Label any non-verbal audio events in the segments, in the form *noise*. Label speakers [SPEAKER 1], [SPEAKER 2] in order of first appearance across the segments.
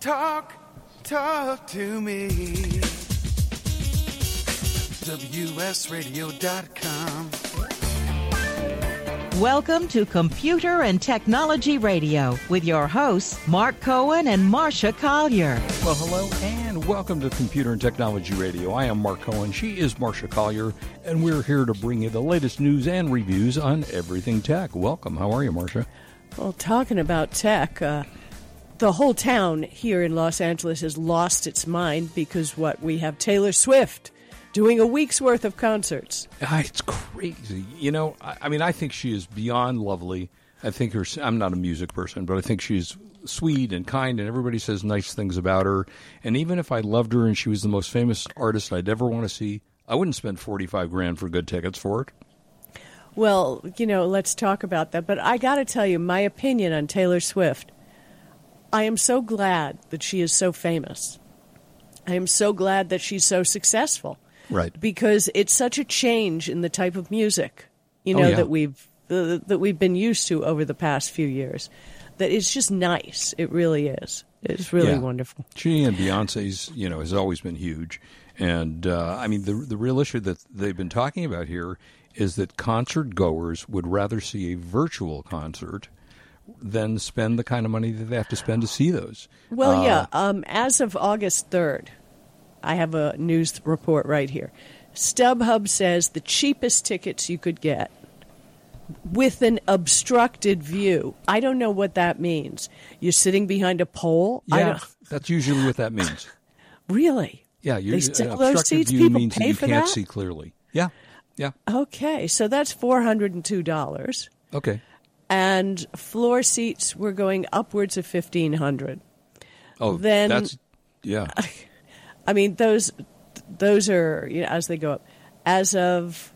[SPEAKER 1] Talk, talk to me. WSRadio.com.
[SPEAKER 2] Welcome to Computer and Technology Radio with your hosts, Mark Cohen and Marcia Collier.
[SPEAKER 3] Well, hello and welcome to Computer and Technology Radio. I am Mark Cohen. She is Marcia Collier, and we're here to bring you the latest news and reviews on everything tech. Welcome. How are you, Marcia?
[SPEAKER 4] Well, talking about tech, uh, the whole town here in Los Angeles has lost its mind because what we have Taylor Swift doing a week's worth of concerts.
[SPEAKER 3] Ah, It's crazy. You know, I, I mean, I think she is beyond lovely. I think her. I'm not a music person, but I think she's sweet and kind, and everybody says nice things about her. And even if I loved her and she was the most famous artist I'd ever want to see, I wouldn't spend 45 grand for good tickets for it.
[SPEAKER 4] Well, you know, let's talk about that. But I got to tell you my opinion on Taylor Swift. I am so glad that she is so famous. I am so glad that she's so successful.
[SPEAKER 3] Right.
[SPEAKER 4] Because it's such a change in the type of music, you
[SPEAKER 3] Oh,
[SPEAKER 4] know,
[SPEAKER 3] yeah.
[SPEAKER 4] that we've uh, that we've been used to over the past few years. That it's just nice. It really is. It's really
[SPEAKER 3] Yeah.
[SPEAKER 4] wonderful.
[SPEAKER 3] She and Beyonce's, you know, has always been huge. And uh, I mean, the the real issue that they've been talking about here is that concert goers would rather see a virtual concert than spend the kind of money that they have to spend to see those. Uh,
[SPEAKER 4] Well, yeah. Um, as of August 3rd, I have a news report right here. StubHub says the cheapest tickets you could get with an obstructed view. I don't know what that means. You're sitting behind a pole? I
[SPEAKER 3] Yeah,
[SPEAKER 4] don't,
[SPEAKER 3] that's usually what that means.
[SPEAKER 4] really?
[SPEAKER 3] Yeah, you,
[SPEAKER 4] They
[SPEAKER 3] an
[SPEAKER 4] stick those
[SPEAKER 3] obstructed
[SPEAKER 4] seats?
[SPEAKER 3] view
[SPEAKER 4] People
[SPEAKER 3] means that
[SPEAKER 4] pay
[SPEAKER 3] you
[SPEAKER 4] for
[SPEAKER 3] can't
[SPEAKER 4] that?
[SPEAKER 3] see clearly. Yeah, yeah,
[SPEAKER 4] Okay, so that's $402.
[SPEAKER 3] okay.
[SPEAKER 4] And floor seats were going upwards of 1500
[SPEAKER 3] Oh,
[SPEAKER 4] Then-
[SPEAKER 3] that's yeah.
[SPEAKER 4] I mean, those those are you know, as they go up. As of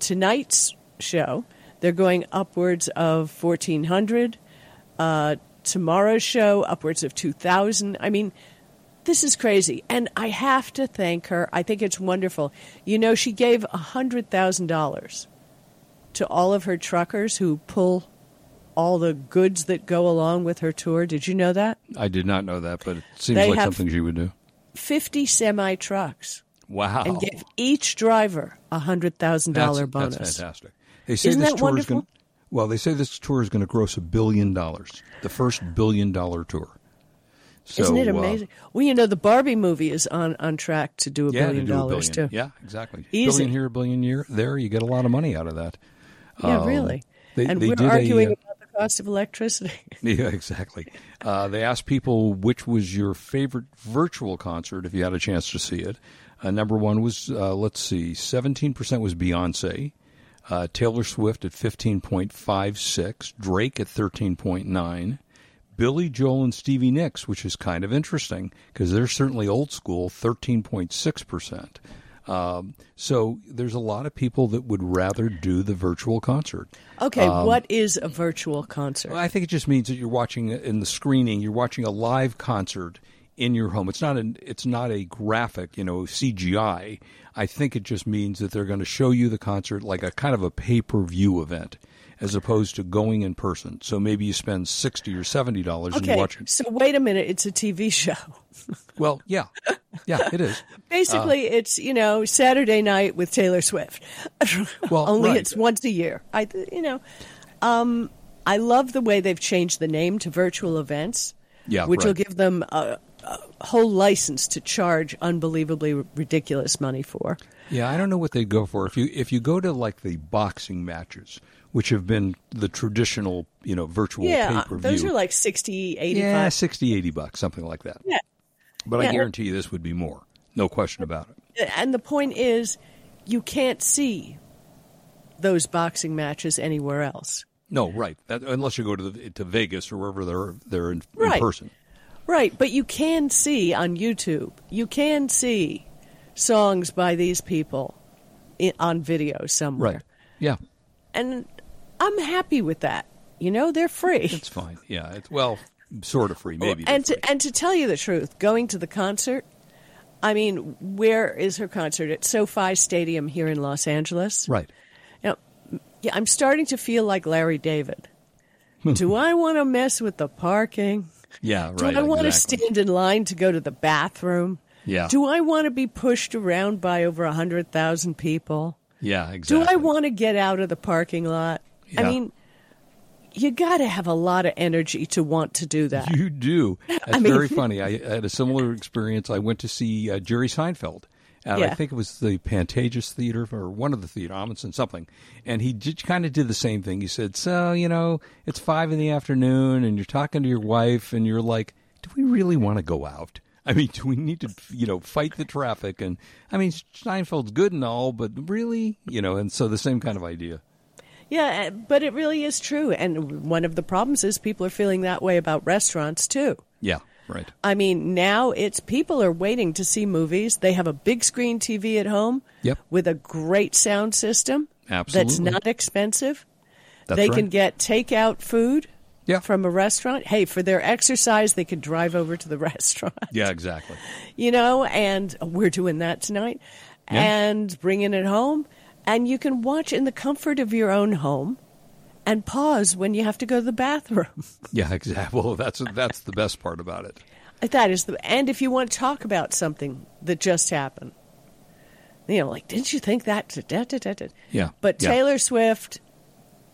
[SPEAKER 4] tonight's show, they're going upwards of fourteen hundred. Uh, tomorrow's show, upwards of two thousand. I mean, this is crazy, and I have to thank her. I think it's wonderful. You know, she gave hundred thousand dollars to all of her truckers who pull all the goods that go along with her tour. Did you know that?
[SPEAKER 3] I did not know that, but it seems
[SPEAKER 4] They
[SPEAKER 3] like
[SPEAKER 4] have-
[SPEAKER 3] something she would
[SPEAKER 4] *laughs*
[SPEAKER 3] do.
[SPEAKER 4] 50 semi trucks
[SPEAKER 3] Wow,
[SPEAKER 4] and give each driver a hundred thousand
[SPEAKER 3] Oh. That's-
[SPEAKER 4] dollar bonus.
[SPEAKER 3] That's fantastic. They say
[SPEAKER 4] Isn't
[SPEAKER 3] this
[SPEAKER 4] that
[SPEAKER 3] tour
[SPEAKER 4] wonderful?
[SPEAKER 3] is going. Well, they say this tour is going to gross a billion dollars. The first billion dollar tour. So,
[SPEAKER 4] Isn't it
[SPEAKER 3] uh,
[SPEAKER 4] amazing? well, you know, the Barbie movie is on on track to do a
[SPEAKER 3] yeah,
[SPEAKER 4] billion
[SPEAKER 3] to do
[SPEAKER 4] dollars
[SPEAKER 3] a billion.
[SPEAKER 4] too.
[SPEAKER 3] Yeah, exactly.
[SPEAKER 4] Easy.
[SPEAKER 3] Billion here, a billion here, there. You get a lot of money out of that.
[SPEAKER 4] Yeah,
[SPEAKER 3] Um,
[SPEAKER 4] really.
[SPEAKER 3] they-
[SPEAKER 4] and
[SPEAKER 3] they did
[SPEAKER 4] we're
[SPEAKER 3] a,
[SPEAKER 4] arguing
[SPEAKER 3] uh,
[SPEAKER 4] about the cost of electricity. *laughs*
[SPEAKER 3] *laughs* Yeah, exactly. Uh, they asked people which was your favorite virtual concert if you had a chance to see it. Uh, number one was, uh, let's see, 17% was Beyonce, uh, Taylor Swift at 15.56, Drake at 13.9, Billy Joel and Stevie Nicks, which is kind of interesting because they're certainly old school, 13.6%. Um, so there's a lot of people that would rather do the virtual concert.
[SPEAKER 4] Okay, what is a virtual concert?
[SPEAKER 3] Well, Um, I think it just means that you're watching in the screening, you're watching a live concert in your home. It's not an it's not a graphic, you know, CGI. I think it just means that they're going to show you the concert like a kind of a pay-per-view event as opposed to going in person. So maybe you spend 60 or 70 dollars and you
[SPEAKER 4] okay,
[SPEAKER 3] watch it.
[SPEAKER 4] so wait a minute. It's a TV *laughs* show.
[SPEAKER 3] Well, yeah. Yeah, it
[SPEAKER 4] *laughs*
[SPEAKER 3] is.
[SPEAKER 4] Basically,
[SPEAKER 3] Uh.
[SPEAKER 4] it's you know Saturday night with Taylor Swift.
[SPEAKER 3] Well,
[SPEAKER 4] only
[SPEAKER 3] right.
[SPEAKER 4] it's once a year. I th- you know, um, I love the way they've changed the name to virtual events.
[SPEAKER 3] Yeah,
[SPEAKER 4] which will
[SPEAKER 3] right.
[SPEAKER 4] give them a, a whole license to charge unbelievably r- ridiculous money for.
[SPEAKER 3] Yeah, I don't know what they'd go for if you if you go to like the boxing matches, which have been the traditional, you know, virtual
[SPEAKER 4] yeah,
[SPEAKER 3] pay-per-view.
[SPEAKER 4] those are like 60, 85.
[SPEAKER 3] yeah, 60 80 bucks, something like that.
[SPEAKER 4] Yeah.
[SPEAKER 3] But
[SPEAKER 4] Yeah.
[SPEAKER 3] I guarantee you this would be more. No question about it.
[SPEAKER 4] And the point is, you can't see those boxing matches anywhere else.
[SPEAKER 3] No, right. That, unless you go to the, to Vegas or wherever they're they're in, in
[SPEAKER 4] Right.
[SPEAKER 3] person.
[SPEAKER 4] Right, but you can see on YouTube, you can see songs by these people i on video somewhere.
[SPEAKER 3] Right. Yeah.
[SPEAKER 4] And I'm happy with that. You know, they're free.
[SPEAKER 3] It's fine. Yeah. It's well, sort of free maybe.
[SPEAKER 4] and
[SPEAKER 3] they're free.
[SPEAKER 4] to and to tell you the truth, going to the concert, I mean, where is her concert? At SoFi Stadium here in Los Angeles.
[SPEAKER 3] right.
[SPEAKER 4] You know, yeah,
[SPEAKER 3] Hmm.
[SPEAKER 4] I'm starting to feel like Larry David. Do I want to mess with the parking?
[SPEAKER 3] Yeah,
[SPEAKER 4] Do
[SPEAKER 3] right.
[SPEAKER 4] I want to
[SPEAKER 3] exactly.
[SPEAKER 4] stand in line to go to the bathroom?
[SPEAKER 3] Yeah.
[SPEAKER 4] Do I want to be pushed around by over 100,000 people?
[SPEAKER 3] Yeah,
[SPEAKER 4] Do
[SPEAKER 3] exactly.
[SPEAKER 4] I want to get out of the parking lot? I
[SPEAKER 3] Yeah.
[SPEAKER 4] mean, you got to have a lot of energy to want to do that.
[SPEAKER 3] You
[SPEAKER 4] *laughs*
[SPEAKER 3] do. That's
[SPEAKER 4] mean-
[SPEAKER 3] very funny. I had a similar experience. I went to see uh, Jerry Seinfeld. And I
[SPEAKER 4] Yeah.
[SPEAKER 3] think it was the Pantages Theater or one of the theater, Amundsen something. And he did, kind of did the same thing. He said, so, you know, it's five in the afternoon and you're talking to your wife and you're like, do we really want to go out? I mean, do we need to, you know, fight the traffic? And I mean, Seinfeld's good and all, but really, you know, and so the same kind of idea.
[SPEAKER 4] Yeah, uh, but it really is true. And one of the problems is people are feeling that way about restaurants too.
[SPEAKER 3] Yeah, right.
[SPEAKER 4] I mean, now it's people are waiting to see movies. They have a big screen TV at home
[SPEAKER 3] Yep.
[SPEAKER 4] with a great sound system that's
[SPEAKER 3] Absolutely.
[SPEAKER 4] not expensive.
[SPEAKER 3] That's
[SPEAKER 4] they
[SPEAKER 3] right.
[SPEAKER 4] can get takeout food
[SPEAKER 3] Yeah.
[SPEAKER 4] from a restaurant. Hey, for their exercise, they could drive over to the *laughs* restaurant,
[SPEAKER 3] Yeah, exactly.
[SPEAKER 4] you know, and we're doing that tonight
[SPEAKER 3] Yeah.
[SPEAKER 4] and bringing it home. And you can watch in the comfort of your own home and pause when you have to go to the bathroom. *laughs*
[SPEAKER 3] Yeah, *laughs* exactly. Well, that's that's the best part about it.
[SPEAKER 4] That is the and if you want to talk about something that just happened, you know, like didn't you think that? Da, da, da, da.
[SPEAKER 3] Yeah,
[SPEAKER 4] But
[SPEAKER 3] yeah.
[SPEAKER 4] Taylor Swift,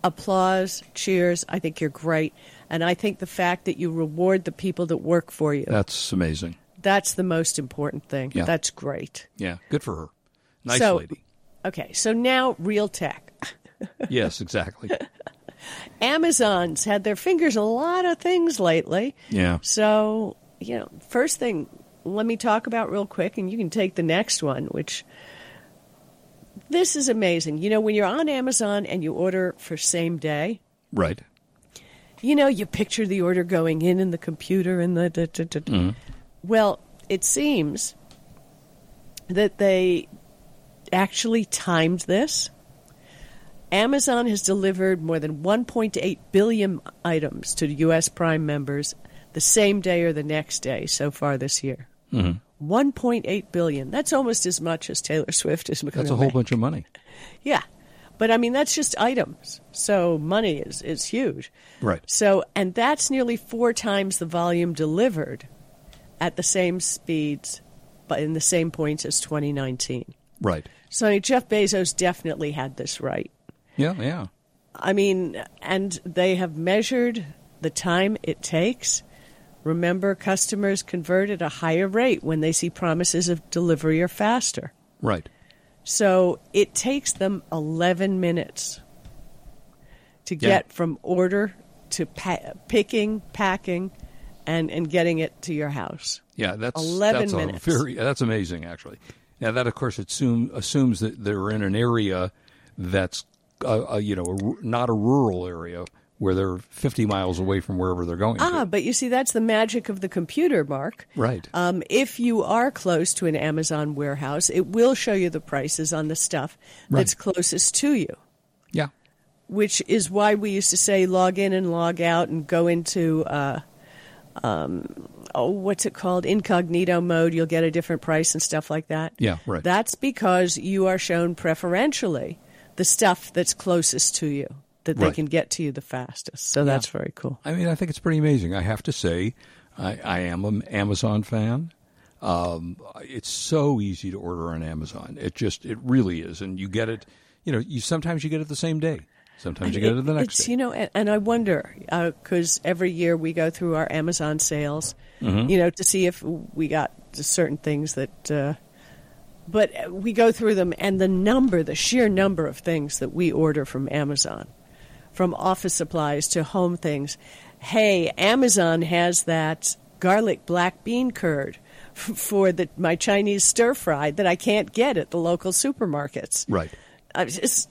[SPEAKER 4] applause, cheers. I think you're great, and I think the fact that you reward the people that work for you
[SPEAKER 3] That's amazing.
[SPEAKER 4] that's the most important thing.
[SPEAKER 3] Yeah.
[SPEAKER 4] That's great.
[SPEAKER 3] Yeah, good for her. Nice
[SPEAKER 4] So-
[SPEAKER 3] lady.
[SPEAKER 4] Okay, so now real tech.
[SPEAKER 3] Yes, exactly.
[SPEAKER 4] Amazon's had their fingers in a lot of things lately.
[SPEAKER 3] Yeah.
[SPEAKER 4] So, you know, first thing, let me talk about real quick, and you can take the next one, which this is amazing. You know, when you're on Amazon and you order for same day,
[SPEAKER 3] Right.
[SPEAKER 4] you know, you picture the order going in in the computer and the. Da, da, da, da. Well, it seems that they actually timed this. Amazon has delivered more than 1.8 billion items to U.S. Prime members the same day or the next day so far this year. 1.8 billion. That's almost as much as Taylor Swift is going
[SPEAKER 3] That's a
[SPEAKER 4] to
[SPEAKER 3] whole bunch of money.
[SPEAKER 4] yeah. But I mean, that's just items. So money is, is huge.
[SPEAKER 3] Right.
[SPEAKER 4] So, and that's nearly four times the volume delivered at the same speeds, but in the same points as 2019.
[SPEAKER 3] Right.
[SPEAKER 4] So I mean, Jeff Bezos definitely had this right.
[SPEAKER 3] Yeah, yeah.
[SPEAKER 4] I mean, and they have measured the time it takes. Remember, customers convert at a higher rate when they see promises of delivery or faster.
[SPEAKER 3] Right.
[SPEAKER 4] So it takes them 11 minutes to
[SPEAKER 3] Yeah.
[SPEAKER 4] get from order to pa- picking, packing, and, and getting it to your house.
[SPEAKER 3] Yeah, that's
[SPEAKER 4] 11
[SPEAKER 3] that's a
[SPEAKER 4] minutes.
[SPEAKER 3] very that's amazing actually. Now that of course assume, assumes that they're in an area that's uh, uh, you know a ru- not a rural area where they're 50 miles away from wherever they're going.
[SPEAKER 4] Ah,
[SPEAKER 3] to.
[SPEAKER 4] but you see, that's the magic of the computer, Mark.
[SPEAKER 3] Right.
[SPEAKER 4] Um, if you are close to an Amazon warehouse, it will show you the prices on the stuff that's closest to you,
[SPEAKER 3] Yeah.
[SPEAKER 4] which is why we used to say log in and log out and go into, uh, um, oh, what's it called? Incognito mode. You'll get a different price and stuff like that.
[SPEAKER 3] Yeah, right.
[SPEAKER 4] That's because you are shown preferentially the stuff that's closest to you that they
[SPEAKER 3] Right.
[SPEAKER 4] can get to you the fastest. So that's very cool.
[SPEAKER 3] I mean, I think it's pretty amazing. I have to say, I, I am an Amazon fan. Um, it's so easy to order on Amazon. It just, it really is, and you get it. You know, you sometimes you get it the same day. Sometimes you get it the next
[SPEAKER 4] it's,
[SPEAKER 3] day.
[SPEAKER 4] you know, and, and I wonder because every year we go through our Amazon sales,
[SPEAKER 3] Mm-hmm.
[SPEAKER 4] you know, to see if we got certain things that. Uh, but we go through them, and the number, the sheer number of things that we order from Amazon, from office supplies to home things. Hey, Amazon has that garlic black bean curd *laughs* for the, my Chinese stir fry that I can't get at the local supermarkets.
[SPEAKER 3] Right.
[SPEAKER 4] I was just,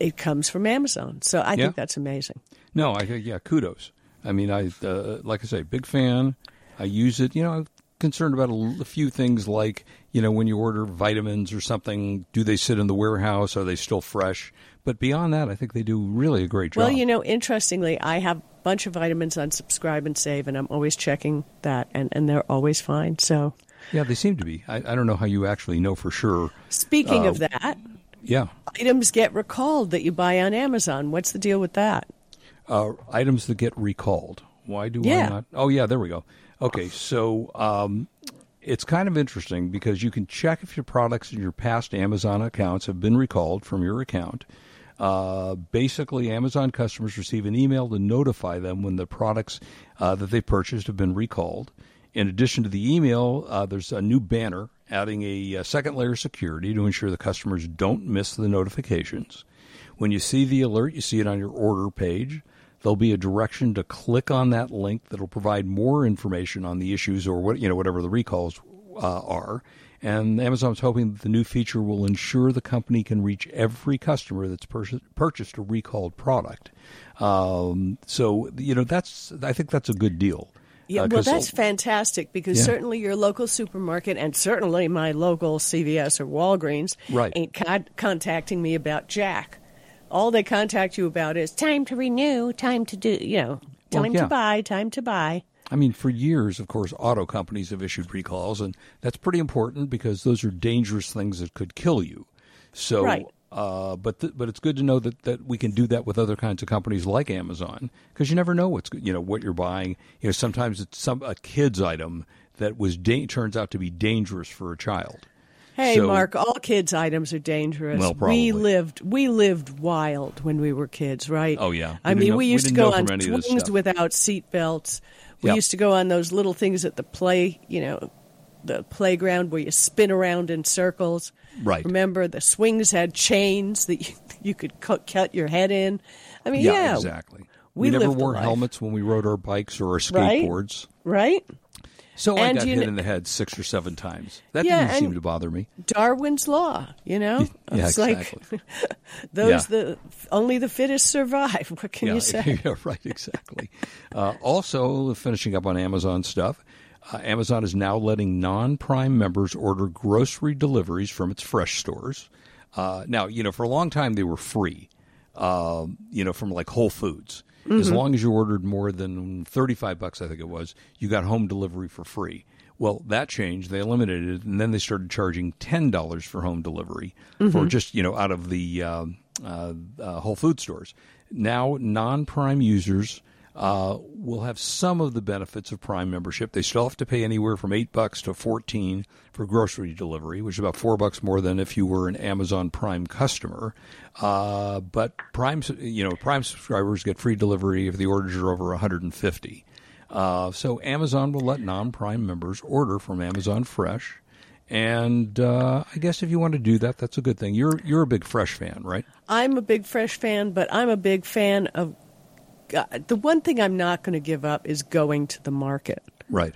[SPEAKER 4] it comes from Amazon. So I
[SPEAKER 3] Yeah.
[SPEAKER 4] think that's amazing.
[SPEAKER 3] No, I think yeah, kudos. I mean, I uh, like I say, big fan. I use it. You know, I'm concerned about a, l- a few things like you know when you order vitamins or something, do they sit in the warehouse? Are they still fresh? But beyond that, I think they do really a great job.
[SPEAKER 4] Well, you know, interestingly, I have a bunch of vitamins on subscribe and save, and I'm always checking that, and, and they're always fine. So
[SPEAKER 3] Yeah, they seem to be. I, I don't know how you actually know for sure.
[SPEAKER 4] speaking
[SPEAKER 3] Uh,
[SPEAKER 4] of that,
[SPEAKER 3] Yeah,
[SPEAKER 4] items get recalled that you buy on Amazon. What's the deal with that?
[SPEAKER 3] uh, items that get recalled. Why do I
[SPEAKER 4] Yeah.
[SPEAKER 3] not? Oh, yeah, there we go. Okay, so um, it's kind of interesting because you can check if your products in your past Amazon accounts have been recalled from your account. Uh, basically, Amazon customers receive an email to notify them when the products uh, that they purchased have been recalled. In addition to the email, uh, there's a new banner adding a, uh second layer of security to ensure the customers don't miss the notifications. When you see the alert, you see it on your order page. There'll be a direction to click on that link that'll provide more information on the issues or what you know whatever the recalls uh, are. And Amazon's hoping that the new feature will ensure the company can reach every customer that's pur- purchased a recalled product. Um, so you know that's I think that's a good deal.
[SPEAKER 4] Yeah,
[SPEAKER 3] Uh,
[SPEAKER 4] well,
[SPEAKER 3] 'cause-
[SPEAKER 4] that's fantastic because
[SPEAKER 3] Yeah.
[SPEAKER 4] certainly your local supermarket and certainly my local CVS or Walgreens
[SPEAKER 3] Right.
[SPEAKER 4] ain't con- contacting me about Jack. All they contact you about is time to renew, time to do, you know, time
[SPEAKER 3] Well, yeah.
[SPEAKER 4] to buy, time to buy.
[SPEAKER 3] I mean, for years, of course, auto companies have issued recalls, and that's pretty important because those are dangerous things that could kill you. So,
[SPEAKER 4] Right.
[SPEAKER 3] uh, but th- but it's good to know that, that we can do that with other kinds of companies like Amazon because you never know what's you know what you're buying. You know, sometimes it's some a kid's item that was da- turns out to be dangerous for a child.
[SPEAKER 4] Hey,
[SPEAKER 3] So-
[SPEAKER 4] Mark, all kids' items are dangerous.
[SPEAKER 3] Well, probably.
[SPEAKER 4] we lived we lived wild when we were kids, right?
[SPEAKER 3] Oh, yeah.
[SPEAKER 4] I
[SPEAKER 3] We didn't
[SPEAKER 4] mean,
[SPEAKER 3] know-
[SPEAKER 4] we
[SPEAKER 3] we
[SPEAKER 4] used to
[SPEAKER 3] didn't
[SPEAKER 4] go
[SPEAKER 3] know
[SPEAKER 4] on
[SPEAKER 3] from any of this
[SPEAKER 4] swings
[SPEAKER 3] stuff.
[SPEAKER 4] without seat belts. We
[SPEAKER 3] Yeah.
[SPEAKER 4] used to go on those little things at the play, you know, the playground where you spin around in circles.
[SPEAKER 3] Right.
[SPEAKER 4] Remember, the swings had chains that you, *laughs* you could cut, cut your head in. I mean, yeah,
[SPEAKER 3] exactly.
[SPEAKER 4] we
[SPEAKER 3] never
[SPEAKER 4] lived the
[SPEAKER 3] wore
[SPEAKER 4] life.
[SPEAKER 3] helmets when we rode our bikes or our
[SPEAKER 4] Right.
[SPEAKER 3] skateboards.
[SPEAKER 4] right?
[SPEAKER 3] So I
[SPEAKER 4] And
[SPEAKER 3] got
[SPEAKER 4] you
[SPEAKER 3] hit
[SPEAKER 4] kn-
[SPEAKER 3] in the head six or seven times. That
[SPEAKER 4] Yeah,
[SPEAKER 3] didn't seem
[SPEAKER 4] and-
[SPEAKER 3] to bother me.
[SPEAKER 4] Darwin's law, you know.
[SPEAKER 3] *laughs* yeah,
[SPEAKER 4] it's
[SPEAKER 3] exactly.
[SPEAKER 4] like those
[SPEAKER 3] Yeah.
[SPEAKER 4] the only the fittest survive. *laughs* What can you say?
[SPEAKER 3] yeah, *laughs* right, exactly. uh, also, finishing up on Amazon stuff, uh, Amazon is now letting non Prime members order grocery deliveries from its fresh stores. Uh, now, you know, for a long time they were free, um, you know, from like Whole Foods. As
[SPEAKER 4] Mm-hmm.
[SPEAKER 3] long as you ordered more than 35 bucks, I think it was, you got home delivery for free. Well, that changed. They eliminated it, and then they started charging ten dollars for home delivery for just you know out of the um, uh, uh, Whole Food stores. Now, non-Prime users uh, will have some of the benefits of Prime membership. They still have to pay anywhere from eight bucks to fourteen for grocery delivery, which is about four bucks more than if you were an Amazon Prime customer. Uh, but Prime, you know, Prime subscribers get free delivery if the orders are over one hundred and fifty. Uh, so Amazon will let non-Prime members order from Amazon Fresh, and uh, I guess if you want to do that, that's a good thing. You're you're a big Fresh fan, right?
[SPEAKER 4] I'm a big Fresh fan, but I'm a big fan of God, the one thing I'm not going to give up is going to the market.
[SPEAKER 3] Right.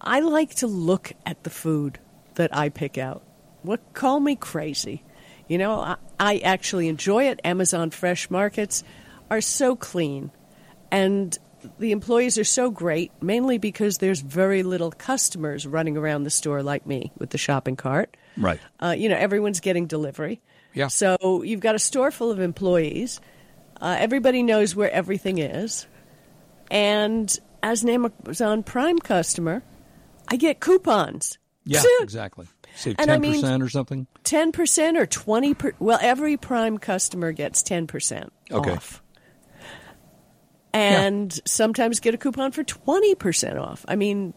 [SPEAKER 4] I like to look at the food that I pick out. What call me crazy? You know, I, I actually enjoy it. Amazon Fresh Markets are so clean, and the employees are so great, mainly because there's very little customers running around the store like me with the shopping cart.
[SPEAKER 3] Right.
[SPEAKER 4] Uh, you know, everyone's getting delivery.
[SPEAKER 3] Yeah.
[SPEAKER 4] So you've got a store full of employees. Uh, everybody knows where everything is. And as an Amazon Prime customer, I get coupons. *laughs*
[SPEAKER 3] Yeah.
[SPEAKER 4] Phew!
[SPEAKER 3] exactly. Save
[SPEAKER 4] And I
[SPEAKER 3] ten
[SPEAKER 4] mean-
[SPEAKER 3] percent or something.
[SPEAKER 4] 10% or 20 per, well every prime customer gets 10%
[SPEAKER 3] Okay.
[SPEAKER 4] off and sometimes get a coupon for 20% off i mean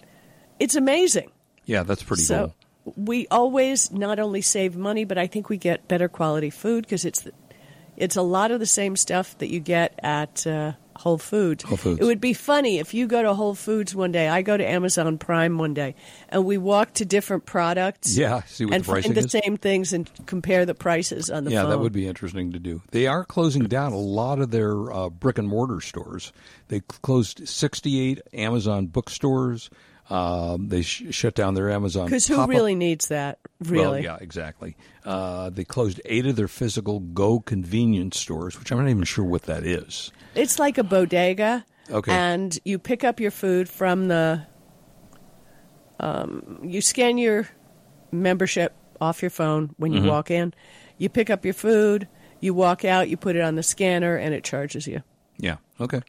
[SPEAKER 4] it's amazing
[SPEAKER 3] Yeah, that's pretty
[SPEAKER 4] so
[SPEAKER 3] cool.
[SPEAKER 4] we always not only save money but i think we get better quality food because it's the, it's a lot of the same stuff that you get at uh, Whole Foods.
[SPEAKER 3] Whole Foods.
[SPEAKER 4] It would be funny if you go to Whole Foods one day, I go to Amazon Prime one day, and we walk to different products.
[SPEAKER 3] Yeah, see what
[SPEAKER 4] and
[SPEAKER 3] the pricing
[SPEAKER 4] find the
[SPEAKER 3] is.
[SPEAKER 4] same things and compare the prices on the
[SPEAKER 3] yeah,
[SPEAKER 4] phone.
[SPEAKER 3] that would be interesting to do. They are closing down a lot of their uh, brick and mortar stores. They closed 68 Amazon bookstores. Um, they sh- shut down their Amazon
[SPEAKER 4] because who
[SPEAKER 3] pop-up
[SPEAKER 4] really needs that? Really,
[SPEAKER 3] Well, yeah, exactly. Uh, they closed eight of their physical Go convenience stores, which I'm not even sure what that is.
[SPEAKER 4] it's like a bodega.
[SPEAKER 3] Okay.
[SPEAKER 4] and you pick up your food from the. Um, you scan your membership off your phone when you walk in. You pick up your food. You walk out. You put it on the scanner, and it charges you.
[SPEAKER 3] Yeah. Okay.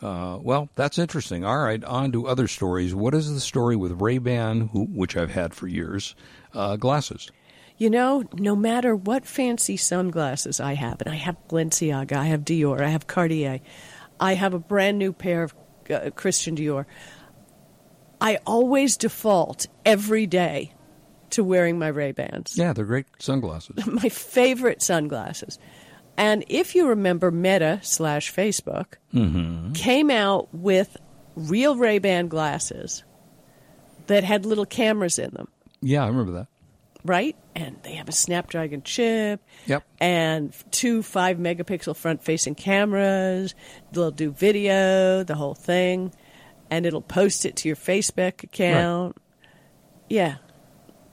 [SPEAKER 3] Uh, well, that's interesting. All right, on to other stories. What is the story with Ray Ban, which I've had for years, uh, glasses?
[SPEAKER 4] You know, no matter what fancy sunglasses I have, and I have Balenciaga, I have Dior, I have Cartier, I have a brand new pair of uh, Christian Dior. I always default every day to wearing my Ray Bans,
[SPEAKER 3] Yeah, they're great sunglasses.
[SPEAKER 4] my favorite sunglasses. And if you remember, Meta slash Facebook came out with real Ray Ban glasses that had little cameras in them,
[SPEAKER 3] Yeah, I remember that.
[SPEAKER 4] right? And they have a Snapdragon chip
[SPEAKER 3] Yep.
[SPEAKER 4] and two five megapixel front facing cameras. They'll do video, the whole thing, and it'll post it to your Facebook account. Yeah.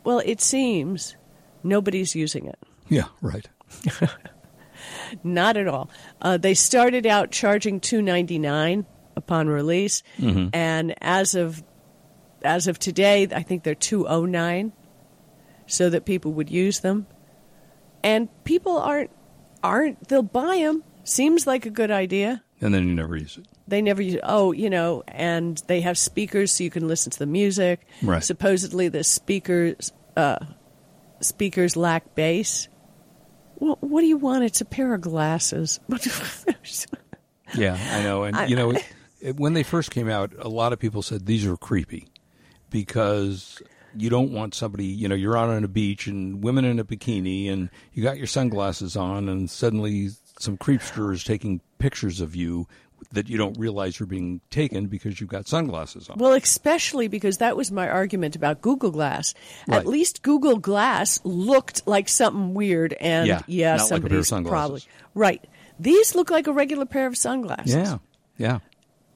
[SPEAKER 4] Well, it seems nobody's using it.
[SPEAKER 3] Yeah, right.
[SPEAKER 4] Not at all. Uh, they started out charging two ninety nine upon release, and as of as of today, I think they're two oh nine, so that people would use them. And people aren't aren't they'll buy them. Seems like a good idea.
[SPEAKER 3] And then you never use it.
[SPEAKER 4] They never use oh you know, and they have speakers so you can listen to the music.
[SPEAKER 3] Right.
[SPEAKER 4] Supposedly the speakers uh, speakers lack bass. Well, what do you want? It's a pair of glasses. *laughs*
[SPEAKER 3] Yeah, I know. And you know, it, it, when they first came out, a lot of people said these are creepy because you don't want somebody. You know, you're out on a beach and women in a bikini, and you got your sunglasses on, and suddenly some creepster is taking pictures of you that you don't realize are being taken because you've got sunglasses on.
[SPEAKER 4] well, especially because that was my argument about Google Glass.
[SPEAKER 3] Right.
[SPEAKER 4] At least Google Glass looked like something weird, and
[SPEAKER 3] Yeah,
[SPEAKER 4] yeah,
[SPEAKER 3] not like a pair of
[SPEAKER 4] somebody's probably
[SPEAKER 3] sunglasses.
[SPEAKER 4] right. These look like a regular pair of sunglasses.
[SPEAKER 3] yeah, yeah.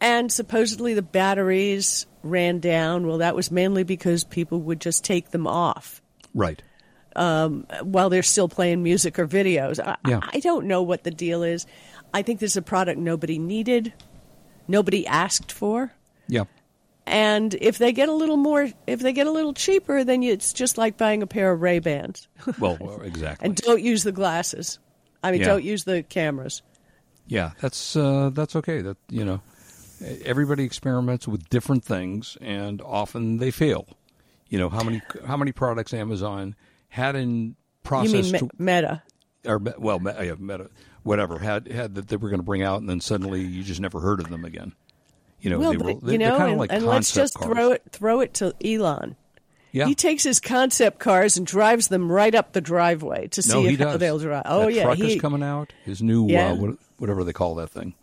[SPEAKER 4] And supposedly the batteries ran down. Well, that was mainly because people would just take them off uh,
[SPEAKER 3] Right.
[SPEAKER 4] while they're still playing music or videos. I,
[SPEAKER 3] Yeah.
[SPEAKER 4] I don't know what the deal is. I think this is a product nobody needed, nobody asked for.
[SPEAKER 3] Yeah.
[SPEAKER 4] And if they get a little more, if they get a little cheaper, then you, it's just like buying a pair of
[SPEAKER 3] *laughs*
[SPEAKER 4] Ray Bans.
[SPEAKER 3] Well, exactly.
[SPEAKER 4] And don't use the glasses. I mean,
[SPEAKER 3] Yeah.
[SPEAKER 4] don't use the cameras.
[SPEAKER 3] Yeah, that's uh, that's okay. That you know, e, everybody experiments with different things, and often they fail. You know how many how many products Amazon had in
[SPEAKER 4] You
[SPEAKER 3] process
[SPEAKER 4] mean me-
[SPEAKER 3] to,
[SPEAKER 4] Meta?
[SPEAKER 3] or me- well, me- yeah, Meta, whatever had had that they were going to bring out, and then suddenly you just never heard of them again. You know,
[SPEAKER 4] Well,
[SPEAKER 3] they
[SPEAKER 4] but,
[SPEAKER 3] were they,
[SPEAKER 4] you know,
[SPEAKER 3] kind
[SPEAKER 4] and,
[SPEAKER 3] of like
[SPEAKER 4] and let's
[SPEAKER 3] concept
[SPEAKER 4] just
[SPEAKER 3] cars.
[SPEAKER 4] throw it throw it to Elon.
[SPEAKER 3] Yeah,
[SPEAKER 4] He takes his concept cars and drives them right up the driveway
[SPEAKER 3] no,
[SPEAKER 4] to see
[SPEAKER 3] he
[SPEAKER 4] if how
[SPEAKER 3] does.
[SPEAKER 4] they'll drive. Oh
[SPEAKER 3] that
[SPEAKER 4] yeah,
[SPEAKER 3] truck
[SPEAKER 4] he,
[SPEAKER 3] is coming out. His new
[SPEAKER 4] Yeah.
[SPEAKER 3] uh, what, whatever they call that thing.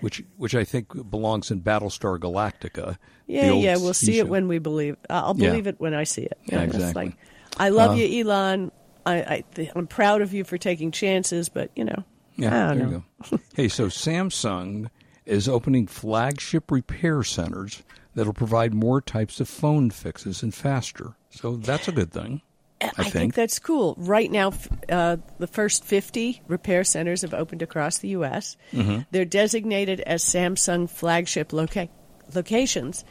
[SPEAKER 3] Which, which I think belongs in Battlestar Galactica. the
[SPEAKER 4] yeah,
[SPEAKER 3] old
[SPEAKER 4] yeah. We'll see it
[SPEAKER 3] T-shirt.
[SPEAKER 4] when we believe. I- I'll
[SPEAKER 3] Yeah.
[SPEAKER 4] believe it when I see it.
[SPEAKER 3] Yeah,
[SPEAKER 4] And it's
[SPEAKER 3] exactly. Uh,
[SPEAKER 4] like, I love you, Elon. I, I th- I'm proud of you for taking chances, but you know,
[SPEAKER 3] Yeah,
[SPEAKER 4] I don't
[SPEAKER 3] there
[SPEAKER 4] know.
[SPEAKER 3] you go. hey, so Samsung is opening flagship repair centers that'll provide more types of phone fixes and faster. So that's a good thing. I,
[SPEAKER 4] I think. that's cool. Right now, f- uh, the first 50 repair centers have opened across the U.S. They're designated as Samsung flagship loca- locations,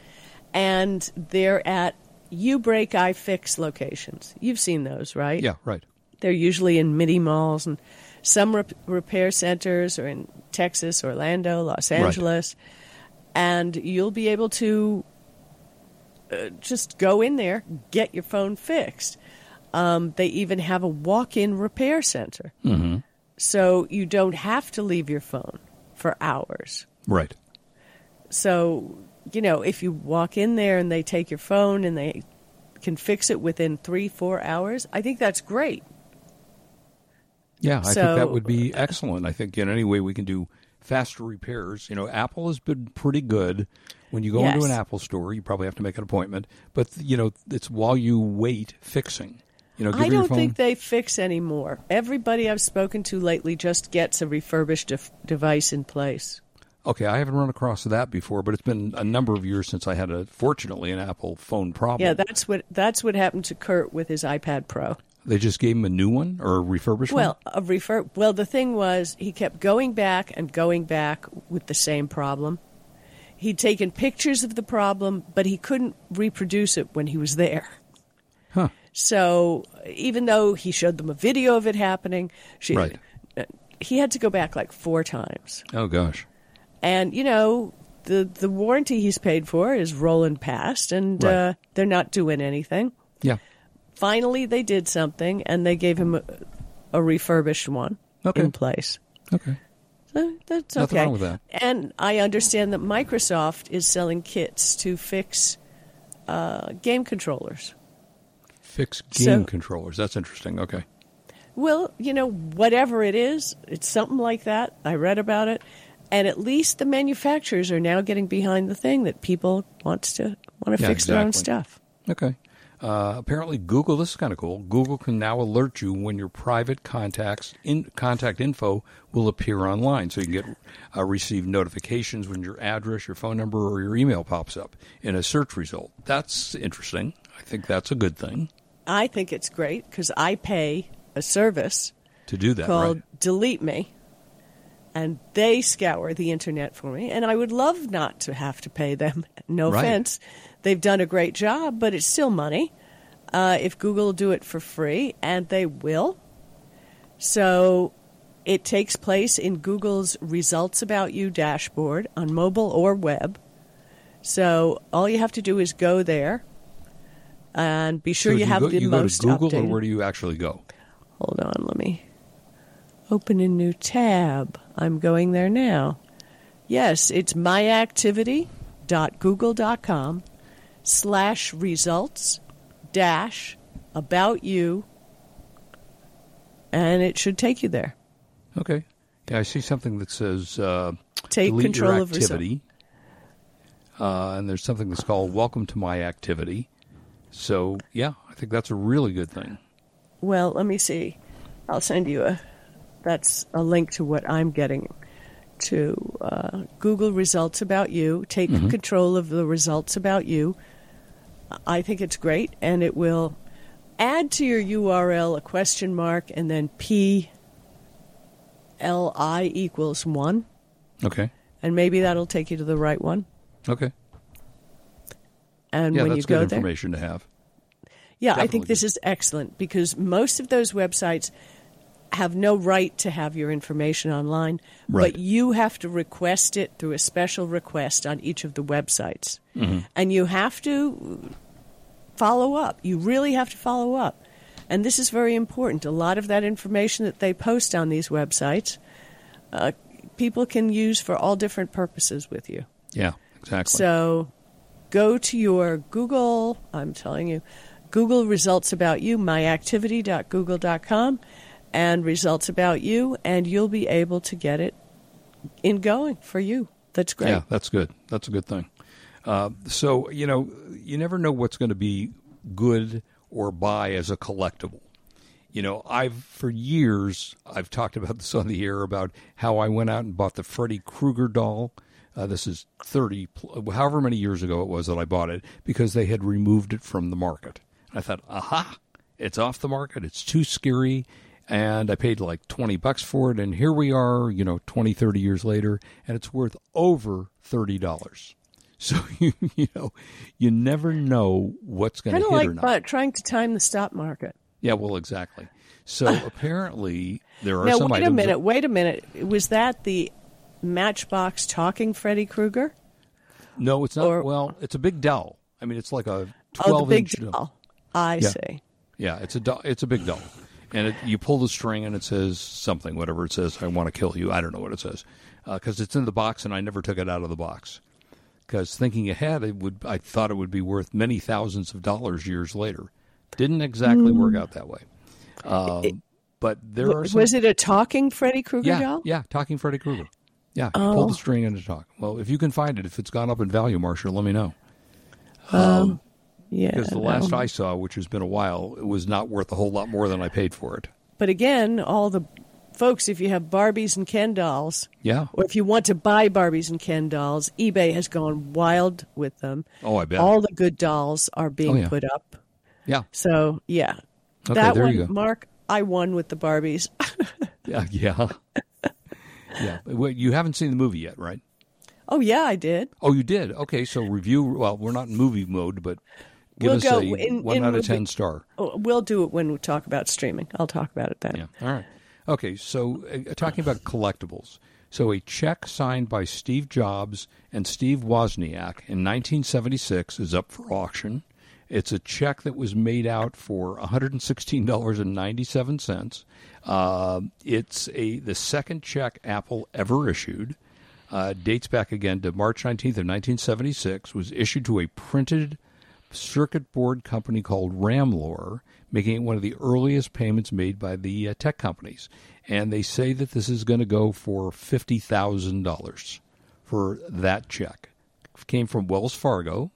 [SPEAKER 4] and they're at You Break, I Fix locations. You've seen those, right?
[SPEAKER 3] yeah, right.
[SPEAKER 4] They're usually in mini malls and some rep- repair centers are in Texas, Orlando, Los Angeles. And you'll be able to uh, just go in there, get your phone fixed. Um, they even have a walk in repair center. Mm-hmm. So you don't have to leave your phone for hours.
[SPEAKER 3] Right.
[SPEAKER 4] So, you know, if you walk in there and they take your phone and they can fix it within three, four hours, I think that's great.
[SPEAKER 3] Yeah, I think that
[SPEAKER 4] So-
[SPEAKER 3] would be excellent. I think in any way we can do faster repairs. You know, Apple has been pretty good. When you go into
[SPEAKER 4] Yes.
[SPEAKER 3] an Apple store, you probably have to make an appointment, but you know, it's while you wait fixing. You know, give
[SPEAKER 4] I
[SPEAKER 3] her your
[SPEAKER 4] don't
[SPEAKER 3] phone.
[SPEAKER 4] think they fix anymore. Everybody I've spoken to lately just gets a refurbished def- device in place.
[SPEAKER 3] Okay, I haven't run across that before, but it's been a number of years since I had a fortunately an Apple phone problem.
[SPEAKER 4] Yeah, that's what that's what happened to Kurt with his iPad Pro.
[SPEAKER 3] they just gave him a new one or a refurbished
[SPEAKER 4] Well, a refer well the thing was he kept going back and going back with the same problem. He'd taken pictures of the problem, but he couldn't reproduce it when he was there.
[SPEAKER 3] one. Huh.
[SPEAKER 4] So even though he showed them a video of it happening, she,
[SPEAKER 3] Right.
[SPEAKER 4] he had to go back like four times.
[SPEAKER 3] Oh gosh.
[SPEAKER 4] and you know the the warranty he's paid for is rolling past and
[SPEAKER 3] Right.
[SPEAKER 4] uh, they're not doing anything
[SPEAKER 3] Yeah.
[SPEAKER 4] finally they did something and they gave him a, a refurbished one
[SPEAKER 3] Okay.
[SPEAKER 4] in place
[SPEAKER 3] Okay.
[SPEAKER 4] So that's
[SPEAKER 3] Nothing
[SPEAKER 4] okay.
[SPEAKER 3] wrong with that.
[SPEAKER 4] And I understand that Microsoft is selling kits to fix uh, game controllers.
[SPEAKER 3] Fix
[SPEAKER 4] So-
[SPEAKER 3] game controllers. That's interesting. Okay.
[SPEAKER 4] Well, you know, whatever it is, it's something like that. I read about it, and at least the manufacturers are now getting behind the thing that people wants to want to
[SPEAKER 3] Yeah,
[SPEAKER 4] fix their own
[SPEAKER 3] exactly.
[SPEAKER 4] stuff.
[SPEAKER 3] Okay. Uh, apparently, Google. This is kind of cool. Google can now alert you when your private contacts in contact info will appear online, so you can get uh, receive notifications when your address, your phone number, or your email pops up in a search result. That's interesting. I think that's a good thing
[SPEAKER 4] I think it's great because I pay a service
[SPEAKER 3] to do that.
[SPEAKER 4] called
[SPEAKER 3] right?
[SPEAKER 4] Delete Me, and they scour the internet for me. And I would love not to have to pay them. *laughs* No
[SPEAKER 3] Right.
[SPEAKER 4] offense, they've done a great job, but it's still money. Uh, if Google will do it for free, and they will, so it takes place in Google's Results About You dashboard on mobile or web. So all you have to do is go there. And be sure
[SPEAKER 3] So
[SPEAKER 4] you
[SPEAKER 3] do
[SPEAKER 4] have
[SPEAKER 3] go,
[SPEAKER 4] the
[SPEAKER 3] you
[SPEAKER 4] most
[SPEAKER 3] go to Google,
[SPEAKER 4] updated.
[SPEAKER 3] or where do you actually go?
[SPEAKER 4] Hold on, let me open a new tab. I'm going there now. Yes, it's myactivity.google.com slash results dash about you, and it should take you there.
[SPEAKER 3] Okay. Yeah, I see something that says uh,
[SPEAKER 4] Take
[SPEAKER 3] delete
[SPEAKER 4] control
[SPEAKER 3] your
[SPEAKER 4] of yourself.
[SPEAKER 3] activity. Uh, and there's something that's called welcome to my activity. So yeah, I think that's a really good thing.
[SPEAKER 4] Well, let me see. I'll send you a. That's a link to what I'm getting to uh, Google results about you. Take
[SPEAKER 3] Mm-hmm.
[SPEAKER 4] control of the results about you. I think it's great, and it will add to your URL a question mark and then P L I equals one,
[SPEAKER 3] Okay.
[SPEAKER 4] and maybe that'll take you to the right one.
[SPEAKER 3] Okay.
[SPEAKER 4] And
[SPEAKER 3] Yeah,
[SPEAKER 4] when you
[SPEAKER 3] that's
[SPEAKER 4] go
[SPEAKER 3] good
[SPEAKER 4] there,
[SPEAKER 3] information to have.
[SPEAKER 4] Yeah, I
[SPEAKER 3] Definitely
[SPEAKER 4] think this
[SPEAKER 3] good.
[SPEAKER 4] is excellent because most of those websites have no right to have your information online,
[SPEAKER 3] Right.
[SPEAKER 4] but you have to request it through a special request on each of the websites.
[SPEAKER 3] Mm-hmm.
[SPEAKER 4] And you have to follow up. You really have to follow up. And this is very important. A lot of that information that they post on these websites, uh, people can use for all different purposes with you.
[SPEAKER 3] Yeah, exactly.
[SPEAKER 4] So go to your Google, I'm telling you, Google results about you, myactivity.google.com, and results about you, and you'll be able to get it in going for you. That's great.
[SPEAKER 3] Yeah, that's good. That's a good thing. Uh, so you know, you never know what's going to be good or buy as a collectible. You know, I've for years I've talked about this on the air about how I went out and bought the Freddy Krueger doll. Uh, this is thirty, pl- however many years ago it was that I bought it because they had removed it from the market. And I thought, aha, it's off the market. It's too scary. And I paid like 20 bucks for it. And here we are, you know, 20, 30 years later, and it's worth over $30. *laughs* So, you, you know, you never know what's going
[SPEAKER 4] Kind
[SPEAKER 3] to
[SPEAKER 4] of
[SPEAKER 3] hit or
[SPEAKER 4] like
[SPEAKER 3] not.
[SPEAKER 4] but trying to time the stock market.
[SPEAKER 3] Yeah, well, exactly.
[SPEAKER 4] *laughs*
[SPEAKER 3] So apparently there are
[SPEAKER 4] Now,
[SPEAKER 3] some
[SPEAKER 4] wait a
[SPEAKER 3] items that-
[SPEAKER 4] minute, wait a minute. Was that the Matchbox talking Freddy Krueger?
[SPEAKER 3] no, it's not.
[SPEAKER 4] or-
[SPEAKER 3] well, it's a big doll. I mean, it's like a
[SPEAKER 4] Oh,
[SPEAKER 3] 12
[SPEAKER 4] the big
[SPEAKER 3] inch
[SPEAKER 4] doll. I
[SPEAKER 3] Yeah.
[SPEAKER 4] see.
[SPEAKER 3] Yeah, it's a doll. It's a big doll, and it, you pull the string, and it says something, whatever it says. I want to kill you. I don't know what it says, because it's in the box, and I never took it out of the box. Because thinking ahead, it would. I thought it would be worth many thousands of dollars years later. Didn't exactly work out that way. Um, but there are some.
[SPEAKER 4] Mm. Was it a talking Freddy Krueger
[SPEAKER 3] yeah,
[SPEAKER 4] doll?
[SPEAKER 3] yeah, talking Freddy Krueger. Yeah, pull
[SPEAKER 4] Oh.
[SPEAKER 3] the string and it talk. Well, if you can find it, if it's gone up in value, Marshall, let me know.
[SPEAKER 4] Yeah.
[SPEAKER 3] Because the
[SPEAKER 4] no.
[SPEAKER 3] last I saw, which has been a while, it was not worth a whole lot more than I paid for it.
[SPEAKER 4] But again, all the folks, if you have Barbies and Ken dolls,
[SPEAKER 3] Yeah.
[SPEAKER 4] or if you want to buy Barbies and Ken dolls, eBay has gone wild with them.
[SPEAKER 3] Oh, I bet.
[SPEAKER 4] All the good dolls are being
[SPEAKER 3] Oh, yeah.
[SPEAKER 4] put up.
[SPEAKER 3] Yeah.
[SPEAKER 4] So, yeah.
[SPEAKER 3] Okay,
[SPEAKER 4] that
[SPEAKER 3] there
[SPEAKER 4] one,
[SPEAKER 3] you go.
[SPEAKER 4] Mark, I won with the Barbies. *laughs*
[SPEAKER 3] Yeah, *laughs* yeah. yeah. Wait, you haven't seen the movie yet, right?
[SPEAKER 4] oh, yeah, I did.
[SPEAKER 3] Oh, you did. Okay, so review. Well, we're not in movie mode, but give
[SPEAKER 4] We'll
[SPEAKER 3] us
[SPEAKER 4] go
[SPEAKER 3] a
[SPEAKER 4] in-
[SPEAKER 3] one
[SPEAKER 4] in
[SPEAKER 3] out of
[SPEAKER 4] movie-
[SPEAKER 3] ten star.
[SPEAKER 4] Oh, We'll do it when we talk about streaming. I'll talk about it then.
[SPEAKER 3] Yeah. All right. Okay, so uh, talking about collectibles. So a check signed by Steve Jobs and Steve Wozniak in 1976 is up for auction. It's a check that was made out for $116.97. Uh, it's a the second check Apple ever issued. Uh, dates back again to March 19th of 1976. Was issued to a printed circuit board company called Ramlor, making it one of the earliest payments made by the uh, tech companies. And they say that this is going to go for $50,000 for that check. It came from Wells Fargo.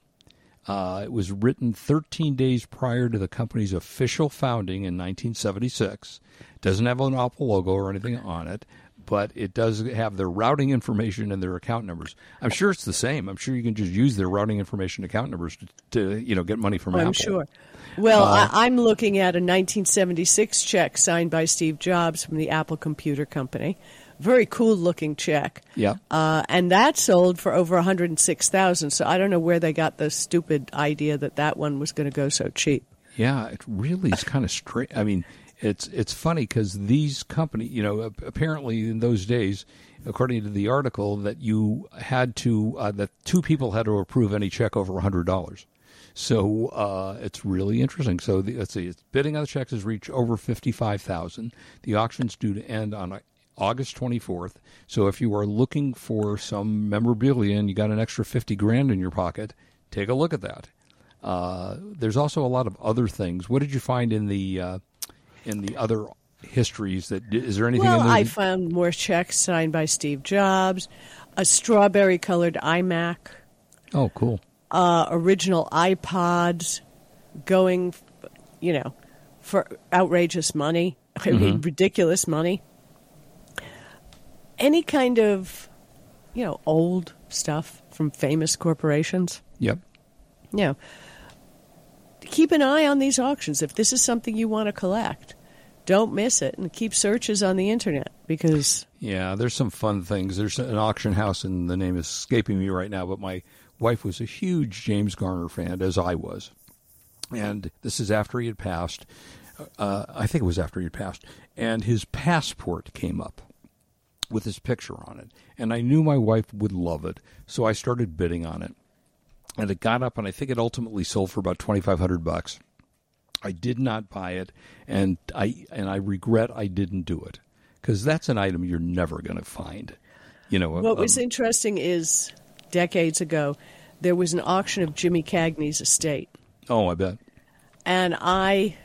[SPEAKER 3] Uh, it was written 13 days prior to the company's official founding in 1976. Doesn't have an Apple logo or anything on it, but it does have their routing information and their account numbers. I'm sure it's the same. I'm sure you can just use their routing information, account numbers to, to you know get money from
[SPEAKER 4] Oh, I'm
[SPEAKER 3] Apple. Uh,
[SPEAKER 4] sure. Well, I, I'm looking at a 1976 check signed by Steve Jobs from the Apple Computer Company. Very cool looking check.
[SPEAKER 3] Yeah.
[SPEAKER 4] Uh, and that sold for over 106,000. So I don't know where they got the stupid idea that that one was going to go so cheap.
[SPEAKER 3] Yeah, it really is kind of straight. I mean, it's it's funny because these company, you know, ap- apparently in those days, according to the article, that you had to uh, that two people had to approve any check over a hundred dollars. So uh, it's really interesting. So the, let's see, it's bidding on the checks has reached over fifty five thousand. The auction's due to end on uh, August twenty fourth. So if you are looking for some memorabilia and you got an extra fifty grand in your pocket, take a look at that. Uh, there's also a lot of other things. What did you find in the uh, in the other histories? That is there anything?
[SPEAKER 4] Well,
[SPEAKER 3] in there
[SPEAKER 4] I
[SPEAKER 3] that-
[SPEAKER 4] found more checks signed by Steve Jobs, a strawberry colored iMac,
[SPEAKER 3] oh, cool.
[SPEAKER 4] uh, original iPods going, you know, for outrageous money, I mean, ridiculous money. Any kind of, you know, old stuff from famous corporations.
[SPEAKER 3] Yep.
[SPEAKER 4] You know, keep an eye on these auctions. If this is something you want to collect, don't miss it and keep searches on the internet because.
[SPEAKER 3] Yeah, there's some fun things. There's an auction house, and the name is escaping me right now. But my wife was a huge James Garner fan, as I was, and this is after he had passed. Uh, I think it was after he had passed, and his passport came up. with his picture on it. And I knew my wife would love it, so I started bidding on it. And it got up and I think it ultimately sold for about 2500 bucks. I did not buy it and I and I regret I didn't do it cuz that's an item you're never going to find. You know, um, a-
[SPEAKER 4] What
[SPEAKER 3] a-
[SPEAKER 4] was interesting is decades ago, there was an auction of Jimmy Cagney's estate,
[SPEAKER 3] Oh, I bet.
[SPEAKER 4] and I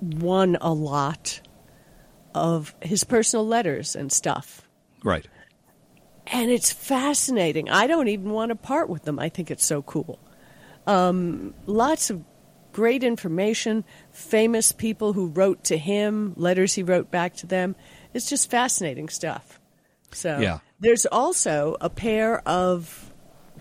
[SPEAKER 4] won a lot of his personal letters and stuff.
[SPEAKER 3] Right.
[SPEAKER 4] And it's fascinating. I don't even want to part with them. I think it's so cool. Um, lots of great information, famous people who wrote to him, letters he wrote back to them. It's just fascinating stuff. So
[SPEAKER 3] Yeah.
[SPEAKER 4] there's also a pair of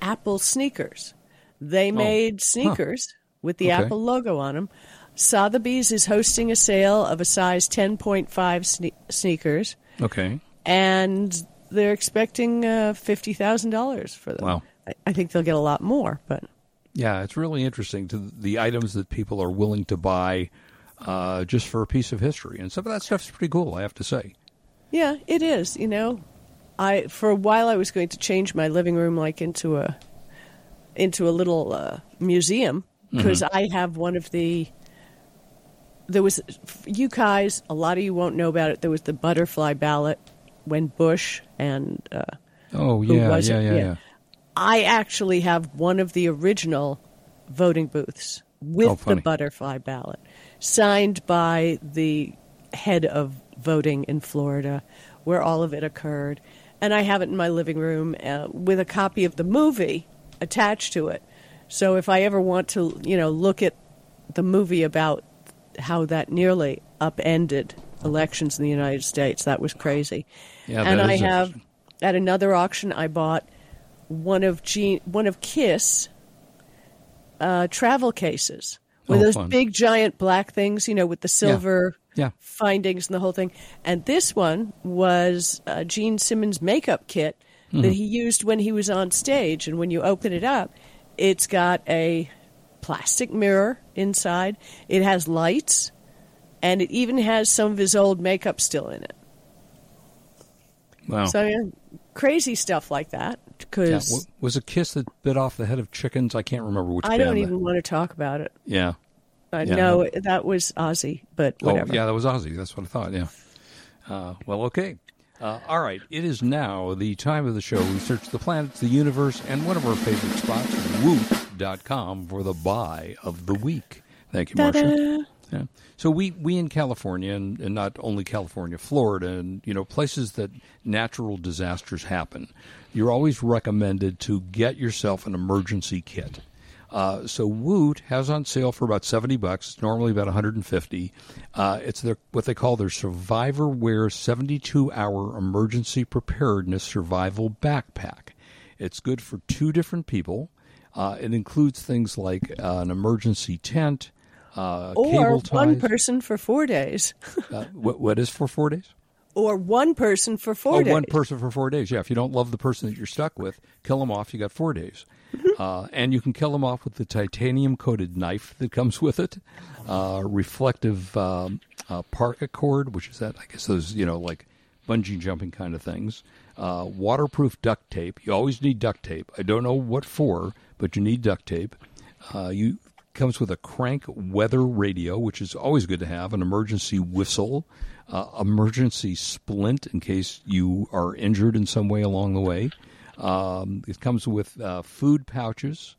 [SPEAKER 4] Apple sneakers. They made sneakers with the
[SPEAKER 3] Oh. Okay.
[SPEAKER 4] Apple logo on them. Sotheby's is hosting a sale of a size 10.5 sne- sneakers
[SPEAKER 3] Okay.
[SPEAKER 4] and they're expecting uh, fifty thousand dollars for them.
[SPEAKER 3] Wow.
[SPEAKER 4] I, I think they'll get a lot more, but
[SPEAKER 3] Yeah, it's really interesting to the items that people are willing to buy uh, just for a piece of history. And some of that stuff's pretty cool, I have to say.
[SPEAKER 4] yeah, it is. You know, I for a while I was going to change my living room like into a into a little uh, museum because I have one of the. There was you guys. A lot of you won't know about it. There was the butterfly ballot when Bush and uh,
[SPEAKER 3] Oh,
[SPEAKER 4] who
[SPEAKER 3] yeah,
[SPEAKER 4] was
[SPEAKER 3] yeah,
[SPEAKER 4] it?
[SPEAKER 3] yeah, yeah.
[SPEAKER 4] I actually have one of the original voting booths with
[SPEAKER 3] Oh,
[SPEAKER 4] the
[SPEAKER 3] funny.
[SPEAKER 4] butterfly ballot, signed by the head of voting in Florida, where all of it occurred. And I have it in my living room uh, with a copy of the movie attached to it. So if I ever want to, you know, look at the movie about how that nearly upended elections in the United States, that was crazy.
[SPEAKER 3] Yeah,
[SPEAKER 4] and
[SPEAKER 3] that
[SPEAKER 4] I
[SPEAKER 3] is
[SPEAKER 4] have
[SPEAKER 3] interesting.
[SPEAKER 4] at another auction I bought one of Gene, one of Kiss uh, travel cases with
[SPEAKER 3] Oh,
[SPEAKER 4] those
[SPEAKER 3] fun.
[SPEAKER 4] big giant black things, you know, with the silver
[SPEAKER 3] Yeah.
[SPEAKER 4] findings and the whole thing. And this one was uh, Gene Simmons' makeup kit
[SPEAKER 3] Mm-hmm.
[SPEAKER 4] that he used when he was on stage. And when you open it up, it's got a plastic mirror inside. It has lights, and it even has some of his old makeup still in it.
[SPEAKER 3] Wow.
[SPEAKER 4] So yeah, crazy stuff like that.
[SPEAKER 3] Oh. Yeah,
[SPEAKER 4] because
[SPEAKER 3] wa- was a kiss that bit off the head of chickens? I can't remember which.
[SPEAKER 4] I
[SPEAKER 3] band
[SPEAKER 4] don't
[SPEAKER 3] that-
[SPEAKER 4] even want to talk about it.
[SPEAKER 3] Yeah.
[SPEAKER 4] I
[SPEAKER 3] Yeah.
[SPEAKER 4] know that was Ozzy, but whatever.
[SPEAKER 3] Oh, yeah, that was Ozzy. That's what I thought. Yeah. Uh, well, okay. Uh, all right. It is now the time of the show. We search the planets, the universe, and one of our favorite spots, Woot.com, for the buy of the week. Thank you, Marcia. Yeah. So we, we in California, and, and not only California, Florida, and you know places that natural disasters happen, you're always recommended to get yourself an emergency kit. Uh, so Woot has on sale for about seventy bucks. It's normally about one hundred and fifty. Uh, it's their what they call their Survivor Wear seventy-two hour emergency preparedness survival backpack. It's good for two different people. Uh, it includes things like uh, an emergency tent, uh,
[SPEAKER 4] Or
[SPEAKER 3] cable
[SPEAKER 4] one
[SPEAKER 3] ties.
[SPEAKER 4] person for four days, *laughs*
[SPEAKER 3] uh, what, what is for four days?
[SPEAKER 4] or one person for
[SPEAKER 3] Oh,
[SPEAKER 4] four
[SPEAKER 3] one
[SPEAKER 4] days.
[SPEAKER 3] person for four days. Yeah, if you don't love the person that you're stuck with, kill them off. You got four days,
[SPEAKER 4] Mm-hmm.
[SPEAKER 3] uh, and you can kill them off with the titanium-coated knife that comes with it, uh, reflective um, uh, parka cord, which is that I guess those you know like bungee jumping kind of things. Uh, waterproof duct tape. You always need duct tape. I don't know what for, but you need duct tape. Uh, you comes with a crank weather radio, which is always good to have, an emergency whistle, uh, emergency splint in case you are injured in some way along the way. Um, it comes with uh, food pouches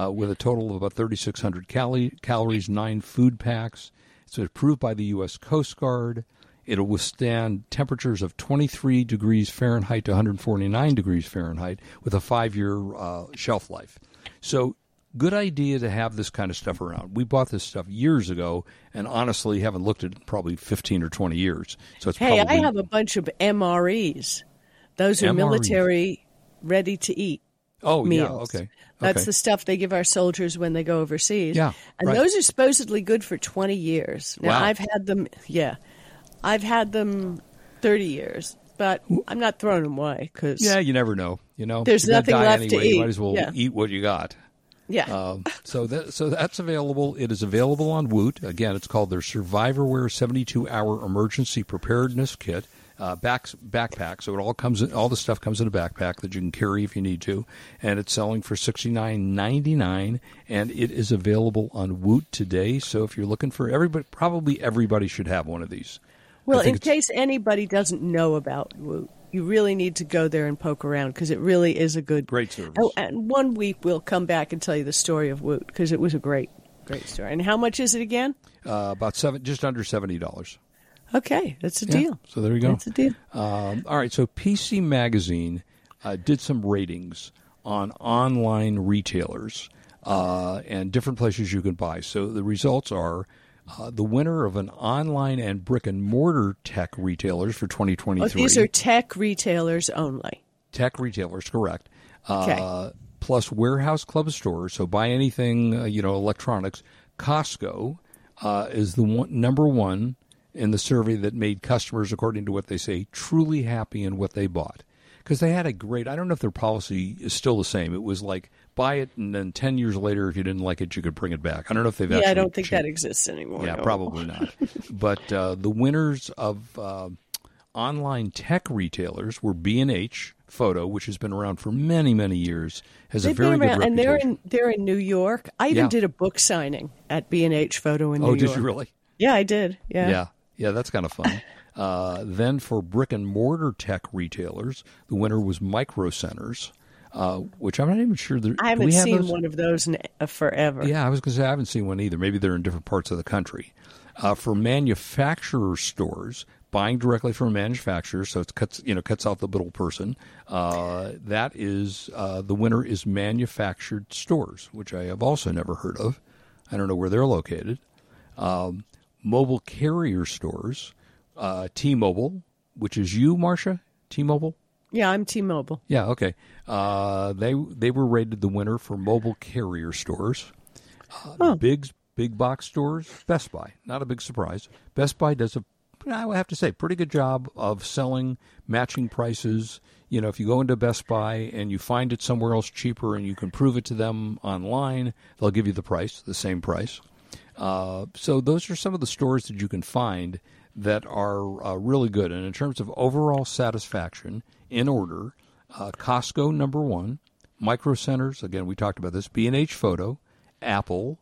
[SPEAKER 3] uh, with a total of about 3,600 cali- calories, nine food packs. It's approved by the U.S. Coast Guard. It'll withstand temperatures of 23 degrees Fahrenheit to 149 degrees Fahrenheit with a five year uh, shelf life. So, good idea to have this kind of stuff around. We bought this stuff years ago and honestly haven't looked at it in probably 15 or 20 years. So, it's
[SPEAKER 4] Hey,
[SPEAKER 3] probably.
[SPEAKER 4] I have a bunch of MREs. Those are
[SPEAKER 3] MREs.
[SPEAKER 4] military ready to eat
[SPEAKER 3] oh,
[SPEAKER 4] meals.
[SPEAKER 3] yeah. Okay.
[SPEAKER 4] That's
[SPEAKER 3] okay.
[SPEAKER 4] the stuff they give our soldiers when they go overseas.
[SPEAKER 3] Yeah,
[SPEAKER 4] And
[SPEAKER 3] right.
[SPEAKER 4] those are supposedly good for 20 years. Now,
[SPEAKER 3] Wow.
[SPEAKER 4] I've had them, yeah. I've had them 30 years, but I'm not throwing them away because,
[SPEAKER 3] Yeah,
[SPEAKER 4] yeah.
[SPEAKER 3] you never know. You know,
[SPEAKER 4] There's
[SPEAKER 3] If you're gonna die
[SPEAKER 4] nothing left to
[SPEAKER 3] anyway, You
[SPEAKER 4] eat.
[SPEAKER 3] might as well
[SPEAKER 4] Yeah.
[SPEAKER 3] eat what you got. Um, so that so that's available. It is available on Woot. Again, it's called their Survivorware 72-hour emergency preparedness kit. Uh, back, backpack. So it all comes. In, all the stuff comes in a backpack that you can carry if you need to, and it's selling for sixty nine ninety nine, and it is available on Woot today. So if you're looking for everybody, probably everybody should have one of these.
[SPEAKER 4] Well,
[SPEAKER 3] I think
[SPEAKER 4] in
[SPEAKER 3] it's-
[SPEAKER 4] case anybody doesn't know about Woot, you really need to go there and poke around because it really is a good
[SPEAKER 3] Great service.
[SPEAKER 4] Oh, and one week we'll come back and tell you the story of Woot because it was a great, great story. And how much is it again?
[SPEAKER 3] uh, about seven, just under seventy dollars.
[SPEAKER 4] Okay, that's a
[SPEAKER 3] Yeah,
[SPEAKER 4] deal.
[SPEAKER 3] So there you go.
[SPEAKER 4] That's a deal.
[SPEAKER 3] Um, all right. So PC Magazine uh, did some ratings on online retailers uh, and different places you can buy. So the results are. Uh, the winner of an online and brick and mortar tech retailers for 2023.
[SPEAKER 4] Oh, these are tech retailers only.
[SPEAKER 3] tech retailers, correct. Uh,
[SPEAKER 4] Okay.
[SPEAKER 3] plus warehouse club stores. So buy anything, uh, you know, electronics. Costco uh, is the one, number one in the survey that made customers, according to what they say, truly happy in what they bought. Because they had a great, I don't know if their policy is still the same. It was like buy it and then 10 years later, if you didn't like it, you could bring it back. I don't know if they've actually
[SPEAKER 4] yeah, I don't think
[SPEAKER 3] changed.
[SPEAKER 4] that exists anymore.
[SPEAKER 3] Yeah,
[SPEAKER 4] no.
[SPEAKER 3] probably not. but uh, the winners of uh, online tech retailers were B and H Photo, which has been around for many, many years, has a
[SPEAKER 4] They've
[SPEAKER 3] very
[SPEAKER 4] been
[SPEAKER 3] good
[SPEAKER 4] around,
[SPEAKER 3] reputation.
[SPEAKER 4] and they're in they're in New York. I even
[SPEAKER 3] Yeah.
[SPEAKER 4] did a book signing at B and H Photo in
[SPEAKER 3] oh,
[SPEAKER 4] New
[SPEAKER 3] did
[SPEAKER 4] York.
[SPEAKER 3] you really?
[SPEAKER 4] Yeah, I did. Yeah.
[SPEAKER 3] Yeah, yeah, that's kind of
[SPEAKER 4] *laughs*
[SPEAKER 3] fun. Uh, then for brick and mortar tech retailers, the winner was Micro Centers, uh, which I'm not even sure. there-
[SPEAKER 4] I
[SPEAKER 3] do
[SPEAKER 4] haven't
[SPEAKER 3] we have
[SPEAKER 4] seen
[SPEAKER 3] those?
[SPEAKER 4] one of those in, uh, forever.
[SPEAKER 3] Yeah, I was going to say I haven't seen one either. Maybe they're in different parts of the country. Uh, for manufacturer stores, buying directly from a manufacturer, so it cuts you know cuts out the little person. Uh, that is uh, the winner is manufactured stores, which I have also never heard of. I don't know where they're located. Um, mobile carrier stores, uh, T-Mobile, which is you, Marcia, T-Mobile.
[SPEAKER 4] Yeah, I'm T-Mobile.
[SPEAKER 3] Yeah, okay. Uh, they they were rated the winner for mobile carrier stores. Uh, Big big box stores, Best Buy. Not a big surprise. Best Buy does a I would have to say pretty good job of selling matching prices. You know, if you go into Best Buy and you find it somewhere else cheaper and you can prove it to them online, they'll give you the price, the same price. Uh, so those are some of the stores that you can find that are uh, really good. And in terms of overall satisfaction in order, uh, Costco number one, Micro Centers, again, we talked about this, B&H Photo, Apple,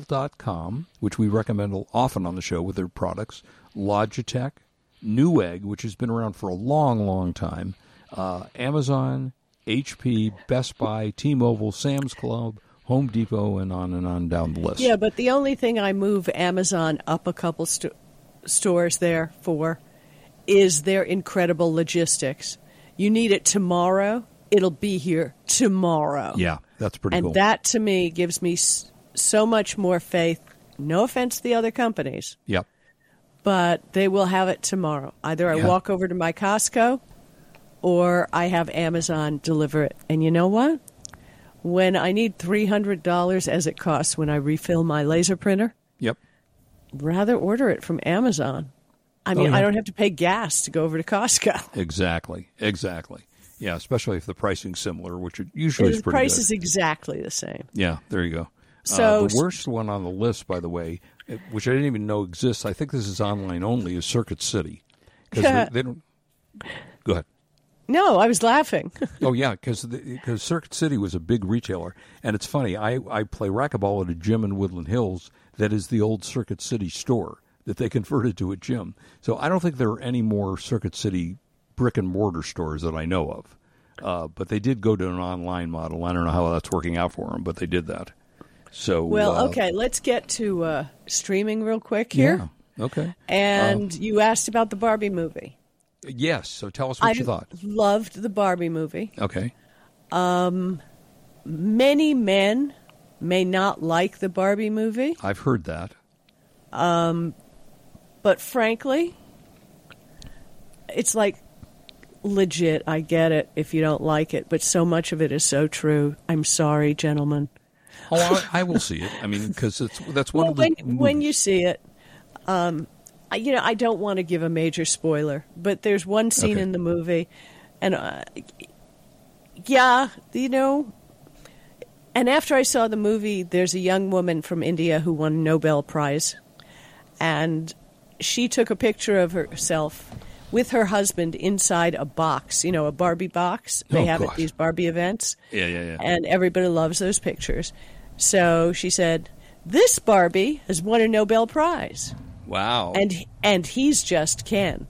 [SPEAKER 3] Dell.com, which we recommend often on the show with their products, Logitech, Newegg, which has been around for a long, long time, uh, Amazon, HP, Best Buy, T-Mobile, Sam's Club, Home Depot, and on and on down the list.
[SPEAKER 4] Yeah, but the only thing I move Amazon up a couple sto- stores there for is their incredible logistics. You need it tomorrow, it'll be here tomorrow.
[SPEAKER 3] Yeah, that's pretty
[SPEAKER 4] and
[SPEAKER 3] cool.
[SPEAKER 4] that to me gives me s- so much more faith. No offense to the other companies,
[SPEAKER 3] yep.
[SPEAKER 4] but they will have it tomorrow. Either I
[SPEAKER 3] Yeah.
[SPEAKER 4] walk over to my Costco or I have Amazon deliver it. And you know what? When I need $300 as it costs when I refill my laser printer,
[SPEAKER 3] Yep.
[SPEAKER 4] rather order it from Amazon. I mean,
[SPEAKER 3] Oh, yeah.
[SPEAKER 4] I don't have to pay gas to go over to Costco.
[SPEAKER 3] Exactly. Exactly. Yeah, especially if the pricing's similar, which it usually is
[SPEAKER 4] *laughs* the
[SPEAKER 3] pretty
[SPEAKER 4] price
[SPEAKER 3] good.
[SPEAKER 4] is exactly the same.
[SPEAKER 3] Yeah, there you go.
[SPEAKER 4] So-
[SPEAKER 3] uh, the worst one on the list, by the way, it- which I didn't even know exists. I think this is online only. Is Circuit City
[SPEAKER 4] *laughs*
[SPEAKER 3] because they don't. Go ahead.
[SPEAKER 4] No, I was laughing.
[SPEAKER 3] Oh yeah, because because Circuit City was a big retailer, and it's funny. I I play racquetball at a gym in Woodland Hills that is the old Circuit City store that they *laughs* converted to a gym. So I don't think there are any more Circuit City brick and mortar stores that I know of. Uh, but they did go to an online model. I don't know how that's working out for them, but they did that. So uh,
[SPEAKER 4] well, okay, let's get to uh, streaming real quick here.
[SPEAKER 3] Yeah. Um, Okay.
[SPEAKER 4] And you asked about the Barbie movie.
[SPEAKER 3] Yes. So tell us what
[SPEAKER 4] I
[SPEAKER 3] you thought.
[SPEAKER 4] loved the Barbie movie.
[SPEAKER 3] Okay.
[SPEAKER 4] Many men may not like the Barbie movie,
[SPEAKER 3] I've heard that.
[SPEAKER 4] but frankly, it's like legit. I get it if you don't like it, but so much of it is so true. I'm sorry, gentlemen.
[SPEAKER 3] Oh, I, I will see it. I mean, because it's that's one
[SPEAKER 4] well,
[SPEAKER 3] of the
[SPEAKER 4] when, when you see it, um, I, you know, I don't want to give a major spoiler, but there's one scene
[SPEAKER 3] Okay.
[SPEAKER 4] in the movie, and uh, yeah, you know, and after I saw the movie, there's a young woman from India who won a Nobel Prize, and she took a picture of herself with her husband inside a box, you know, a Barbie box. They
[SPEAKER 3] Oh,
[SPEAKER 4] have
[SPEAKER 3] gosh.
[SPEAKER 4] at these Barbie events.
[SPEAKER 3] Yeah, yeah, yeah.
[SPEAKER 4] And everybody loves those pictures. So she said, "This Barbie has won a Nobel Prize."
[SPEAKER 3] Wow.
[SPEAKER 4] And and he's just Ken.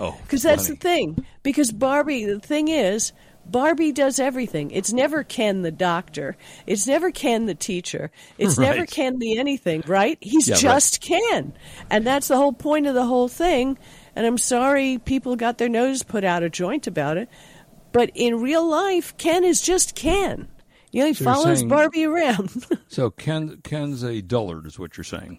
[SPEAKER 3] oh,
[SPEAKER 4] Because that's
[SPEAKER 3] funny.
[SPEAKER 4] the thing. Because Barbie, the thing is, Barbie does everything. It's never Ken the doctor. It's never Ken the teacher. It's
[SPEAKER 3] *laughs*
[SPEAKER 4] never
[SPEAKER 3] Right.
[SPEAKER 4] Ken the anything, right? He's
[SPEAKER 3] Yeah, right.
[SPEAKER 4] just Ken. And that's the whole point of the whole thing. And I'm sorry people got their nose put out of joint about it. But in real life, Ken is just Ken. You know, he
[SPEAKER 3] So you're
[SPEAKER 4] follows
[SPEAKER 3] saying-
[SPEAKER 4] Barbie around. *laughs*
[SPEAKER 3] So Ken Ken's a dullard, is what you're saying.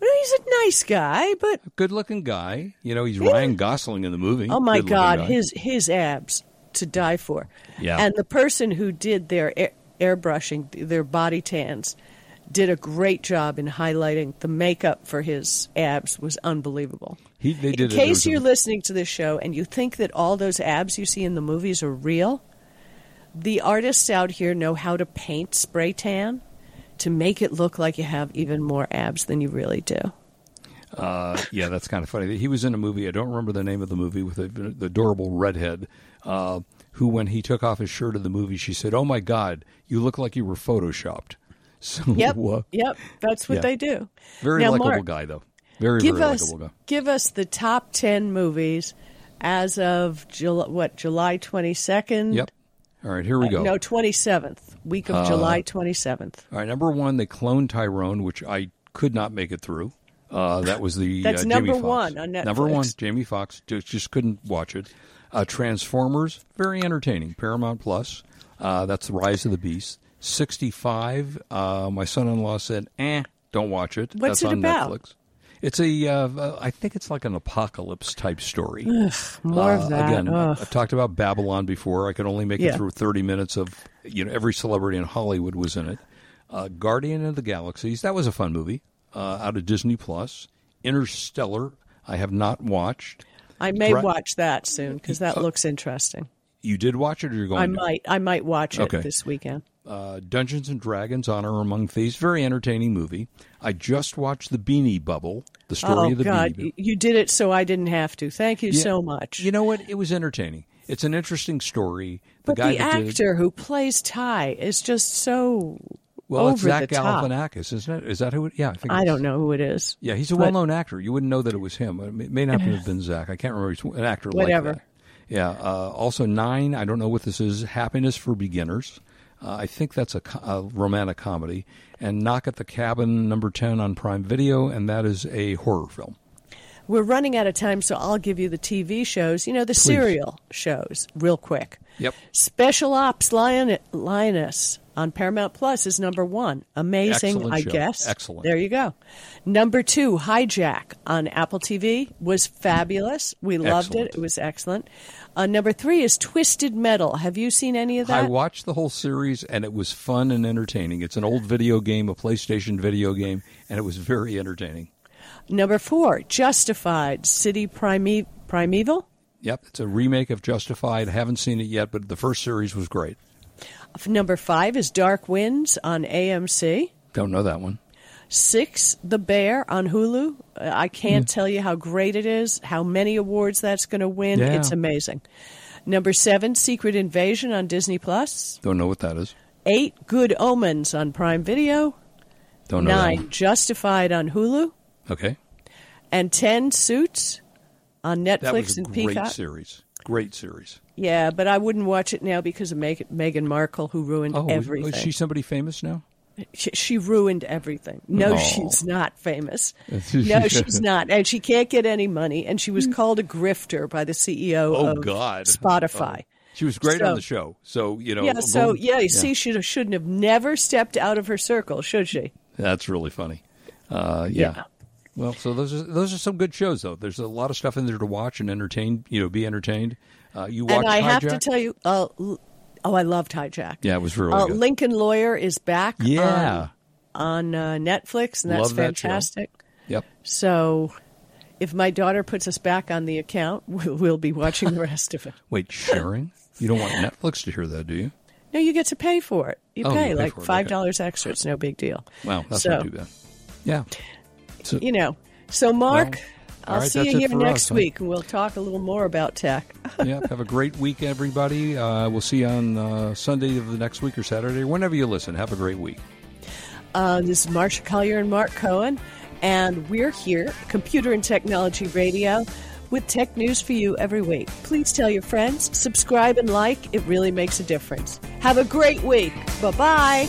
[SPEAKER 4] Well, he's a nice guy, but
[SPEAKER 3] Good-looking guy. You know, he's Ryan Gosling in the movie.
[SPEAKER 4] Oh my
[SPEAKER 3] Good-looking
[SPEAKER 4] God,
[SPEAKER 3] guy.
[SPEAKER 4] his his abs to die for.
[SPEAKER 3] Yeah.
[SPEAKER 4] And the person who did their air, airbrushing, their body tans, did a great job in highlighting the makeup for his abs was unbelievable.
[SPEAKER 3] He- they did it-
[SPEAKER 4] in
[SPEAKER 3] there
[SPEAKER 4] case
[SPEAKER 3] was a-
[SPEAKER 4] you're listening to this show and you think that all those abs you see in the movies are real, the artists out here know how to paint spray tan to make it look like you have even more abs than you
[SPEAKER 3] *laughs*
[SPEAKER 4] really do.
[SPEAKER 3] Uh, yeah, that's kind of funny. He was in a movie. I don't remember the name of the movie with the, the adorable redhead. Uh, who, when he took off his shirt in the movie, she said, "Oh my God, you look like you were photoshopped." *laughs* So
[SPEAKER 4] Yep.
[SPEAKER 3] uh,
[SPEAKER 4] yep. That's what
[SPEAKER 3] yeah.
[SPEAKER 4] they do.
[SPEAKER 3] Very
[SPEAKER 4] now,
[SPEAKER 3] likable
[SPEAKER 4] Mark,
[SPEAKER 3] guy, though. Very,
[SPEAKER 4] give
[SPEAKER 3] very
[SPEAKER 4] us
[SPEAKER 3] likable guy.
[SPEAKER 4] give us the top 10 movies as of July, what July 22nd
[SPEAKER 3] Yep. All right, here we go.
[SPEAKER 4] Uh,
[SPEAKER 3] Uh,
[SPEAKER 4] no 27th week of July 27th
[SPEAKER 3] All right, number one, they cloned Tyrone, which I could not make it through. Uh, that was the
[SPEAKER 4] That's
[SPEAKER 3] uh,
[SPEAKER 4] number
[SPEAKER 3] Jamie Foxx.
[SPEAKER 4] one on Netflix.
[SPEAKER 3] Number one, Jamie Foxx just, just couldn't watch it. Uh, Transformers, very entertaining. Paramount Plus, uh, that's the Rise of the Beast. Sixty five. Uh, my son-in-law said, "Eh, don't watch it."
[SPEAKER 4] What's
[SPEAKER 3] that's
[SPEAKER 4] it
[SPEAKER 3] on
[SPEAKER 4] about?
[SPEAKER 3] Netflix. It's a, uh, uh, I think it's like an apocalypse type story.
[SPEAKER 4] more
[SPEAKER 3] Uh,
[SPEAKER 4] of that
[SPEAKER 3] Again,
[SPEAKER 4] Ugh.
[SPEAKER 3] I've talked about Babylon before. I could only make
[SPEAKER 4] Yeah.
[SPEAKER 3] it through 30 minutes of, you know, every celebrity in Hollywood was in it. Uh, Guardian of the Galaxies, that was a fun movie uh, out of Disney Plus. Interstellar, I have not watched.
[SPEAKER 4] I may
[SPEAKER 3] Right.
[SPEAKER 4] watch that soon cuz
[SPEAKER 3] Uh,
[SPEAKER 4] that looks interesting
[SPEAKER 3] You did watch it or you're going
[SPEAKER 4] I
[SPEAKER 3] to?
[SPEAKER 4] might I might watch it
[SPEAKER 3] Okay.
[SPEAKER 4] this weekend
[SPEAKER 3] Uh, Dungeons and Dragons, Honor Among Thieves, very entertaining movie. I just watched The Beanie Bubble, the story
[SPEAKER 4] oh
[SPEAKER 3] of the
[SPEAKER 4] god
[SPEAKER 3] Beanie Bubble.
[SPEAKER 4] you did it so I didn't have to thank you
[SPEAKER 3] Yeah.
[SPEAKER 4] so much
[SPEAKER 3] You know what? It was entertaining. it's an interesting story. The
[SPEAKER 4] But
[SPEAKER 3] guy
[SPEAKER 4] the
[SPEAKER 3] that did-
[SPEAKER 4] actor who plays Ty is just so
[SPEAKER 3] well, it's
[SPEAKER 4] over
[SPEAKER 3] Zach
[SPEAKER 4] the top.
[SPEAKER 3] Galifianakis, isn't it? Is that who? It, yeah, I think
[SPEAKER 4] I
[SPEAKER 3] it's-
[SPEAKER 4] don't know who it is.
[SPEAKER 3] Yeah, he's a
[SPEAKER 4] But-
[SPEAKER 3] well-known actor. You wouldn't know that it was him. It may- may not have been Zach. I can't remember. He's an actor
[SPEAKER 4] Whatever.
[SPEAKER 3] like that. Yeah. Uh, also, nine. I don't know what this is. Happiness for beginners. Uh, I think that's a, co- a romantic comedy. And Knock at the Cabin, number ten on Prime Video, and that is a horror film.
[SPEAKER 4] We're running out of time, so I'll give you the TV shows. You know, the serial shows, real quick.
[SPEAKER 3] Yep.
[SPEAKER 4] Special Ops Lion- Lioness on Paramount Plus is number one. Amazing,
[SPEAKER 3] Excellent
[SPEAKER 4] I
[SPEAKER 3] show.
[SPEAKER 4] guess.
[SPEAKER 3] Excellent.
[SPEAKER 4] There you go. Number two, Hijack on Apple TV was fabulous. We loved
[SPEAKER 3] Excellent.
[SPEAKER 4] it. It was excellent. Uh, number three is Twisted Metal. Have you seen any of that?
[SPEAKER 3] I watched the whole series, and it was fun and entertaining. It's an old video game, a PlayStation video game, and it was very entertaining.
[SPEAKER 4] number four, Justified City Prime- E-, Primeval.
[SPEAKER 3] Yep, it's a remake of Justified. Haven't seen it yet, but the first series was great.
[SPEAKER 4] Number five is Dark Winds on AMC.
[SPEAKER 3] Don't know that one.
[SPEAKER 4] Six, The Bear on Hulu. Uh, I
[SPEAKER 3] Hmm.
[SPEAKER 4] can't tell you how great it is, how many awards that's going to win.
[SPEAKER 3] Yeah.
[SPEAKER 4] It's amazing. Number seven, Secret Invasion on Disney Plus.
[SPEAKER 3] Don't know what that is.
[SPEAKER 4] Eight, Good Omens on Prime Video.
[SPEAKER 3] Don't know. that
[SPEAKER 4] Nine,
[SPEAKER 3] one.
[SPEAKER 4] Justified on Hulu.
[SPEAKER 3] Okay.
[SPEAKER 4] And ten, Suits on Netflix
[SPEAKER 3] That was a
[SPEAKER 4] and
[SPEAKER 3] great
[SPEAKER 4] Peacock.
[SPEAKER 3] series. Great series.
[SPEAKER 4] Yeah, but I wouldn't watch it now because of Meg- Meghan Markle, who ruined
[SPEAKER 3] Oh, is-
[SPEAKER 4] everything.
[SPEAKER 3] is she somebody famous now?
[SPEAKER 4] she, she ruined everything. No,
[SPEAKER 3] Oh.
[SPEAKER 4] she's not
[SPEAKER 3] *laughs*
[SPEAKER 4] famous. No, she's not, and she can't get any money. And she was called a grifter by the
[SPEAKER 3] Hmm.
[SPEAKER 4] CEO
[SPEAKER 3] Oh,
[SPEAKER 4] of
[SPEAKER 3] God. Oh.
[SPEAKER 4] Spotify.
[SPEAKER 3] She was great on
[SPEAKER 4] So-
[SPEAKER 3] the show. So, you know.
[SPEAKER 4] Yeah, so
[SPEAKER 3] boom.
[SPEAKER 4] yeah, you see, she shouldn't have never stepped out of her circle, should she?
[SPEAKER 3] That's really funny. Uh, yeah.
[SPEAKER 4] Yeah.
[SPEAKER 3] Well, so those are those are some good shows though. There's a lot of stuff in there to watch and entertain. You know, be entertained. Uh, you watch.
[SPEAKER 4] and I have to
[SPEAKER 3] Hijack?
[SPEAKER 4] tell you, uh, l- oh, I loved Hijack.
[SPEAKER 3] Yeah, it was really
[SPEAKER 4] uh,
[SPEAKER 3] good.
[SPEAKER 4] Lincoln Lawyer is back.
[SPEAKER 3] Yeah.
[SPEAKER 4] on, on uh, Netflix, and that's
[SPEAKER 3] Love that show.
[SPEAKER 4] fantastic.
[SPEAKER 3] Yep.
[SPEAKER 4] so, if my daughter puts us back on the account, *laughs* we'll, we'll be watching the rest of it.
[SPEAKER 3] Wait, sharing? you don't want Netflix to hear that, do you?
[SPEAKER 4] No, you get to pay for it. You
[SPEAKER 3] Oh, you
[SPEAKER 4] pay
[SPEAKER 3] pay
[SPEAKER 4] like
[SPEAKER 3] for it,
[SPEAKER 4] five dollars extra. It's no big deal.
[SPEAKER 3] Wow, that's
[SPEAKER 4] so,
[SPEAKER 3] not too bad. Yeah. So,
[SPEAKER 4] You know. So, Mark,
[SPEAKER 3] Well, all
[SPEAKER 4] I'll
[SPEAKER 3] right,
[SPEAKER 4] see
[SPEAKER 3] that's
[SPEAKER 4] you
[SPEAKER 3] it
[SPEAKER 4] here
[SPEAKER 3] for
[SPEAKER 4] next
[SPEAKER 3] us, huh?
[SPEAKER 4] week, and we'll talk a little more about tech.
[SPEAKER 3] *laughs* yep. Have a great week, everybody. Uh, we'll see you on uh, Sunday of the next week or Saturday, whenever you listen. Have a great week.
[SPEAKER 4] Uh, this is Marcia Collier and Mark Cohen, and we're here, Computer and Technology Radio, with tech news for you every week. Please tell your friends, subscribe, and like. It really makes a difference. Have a great week. Bye bye.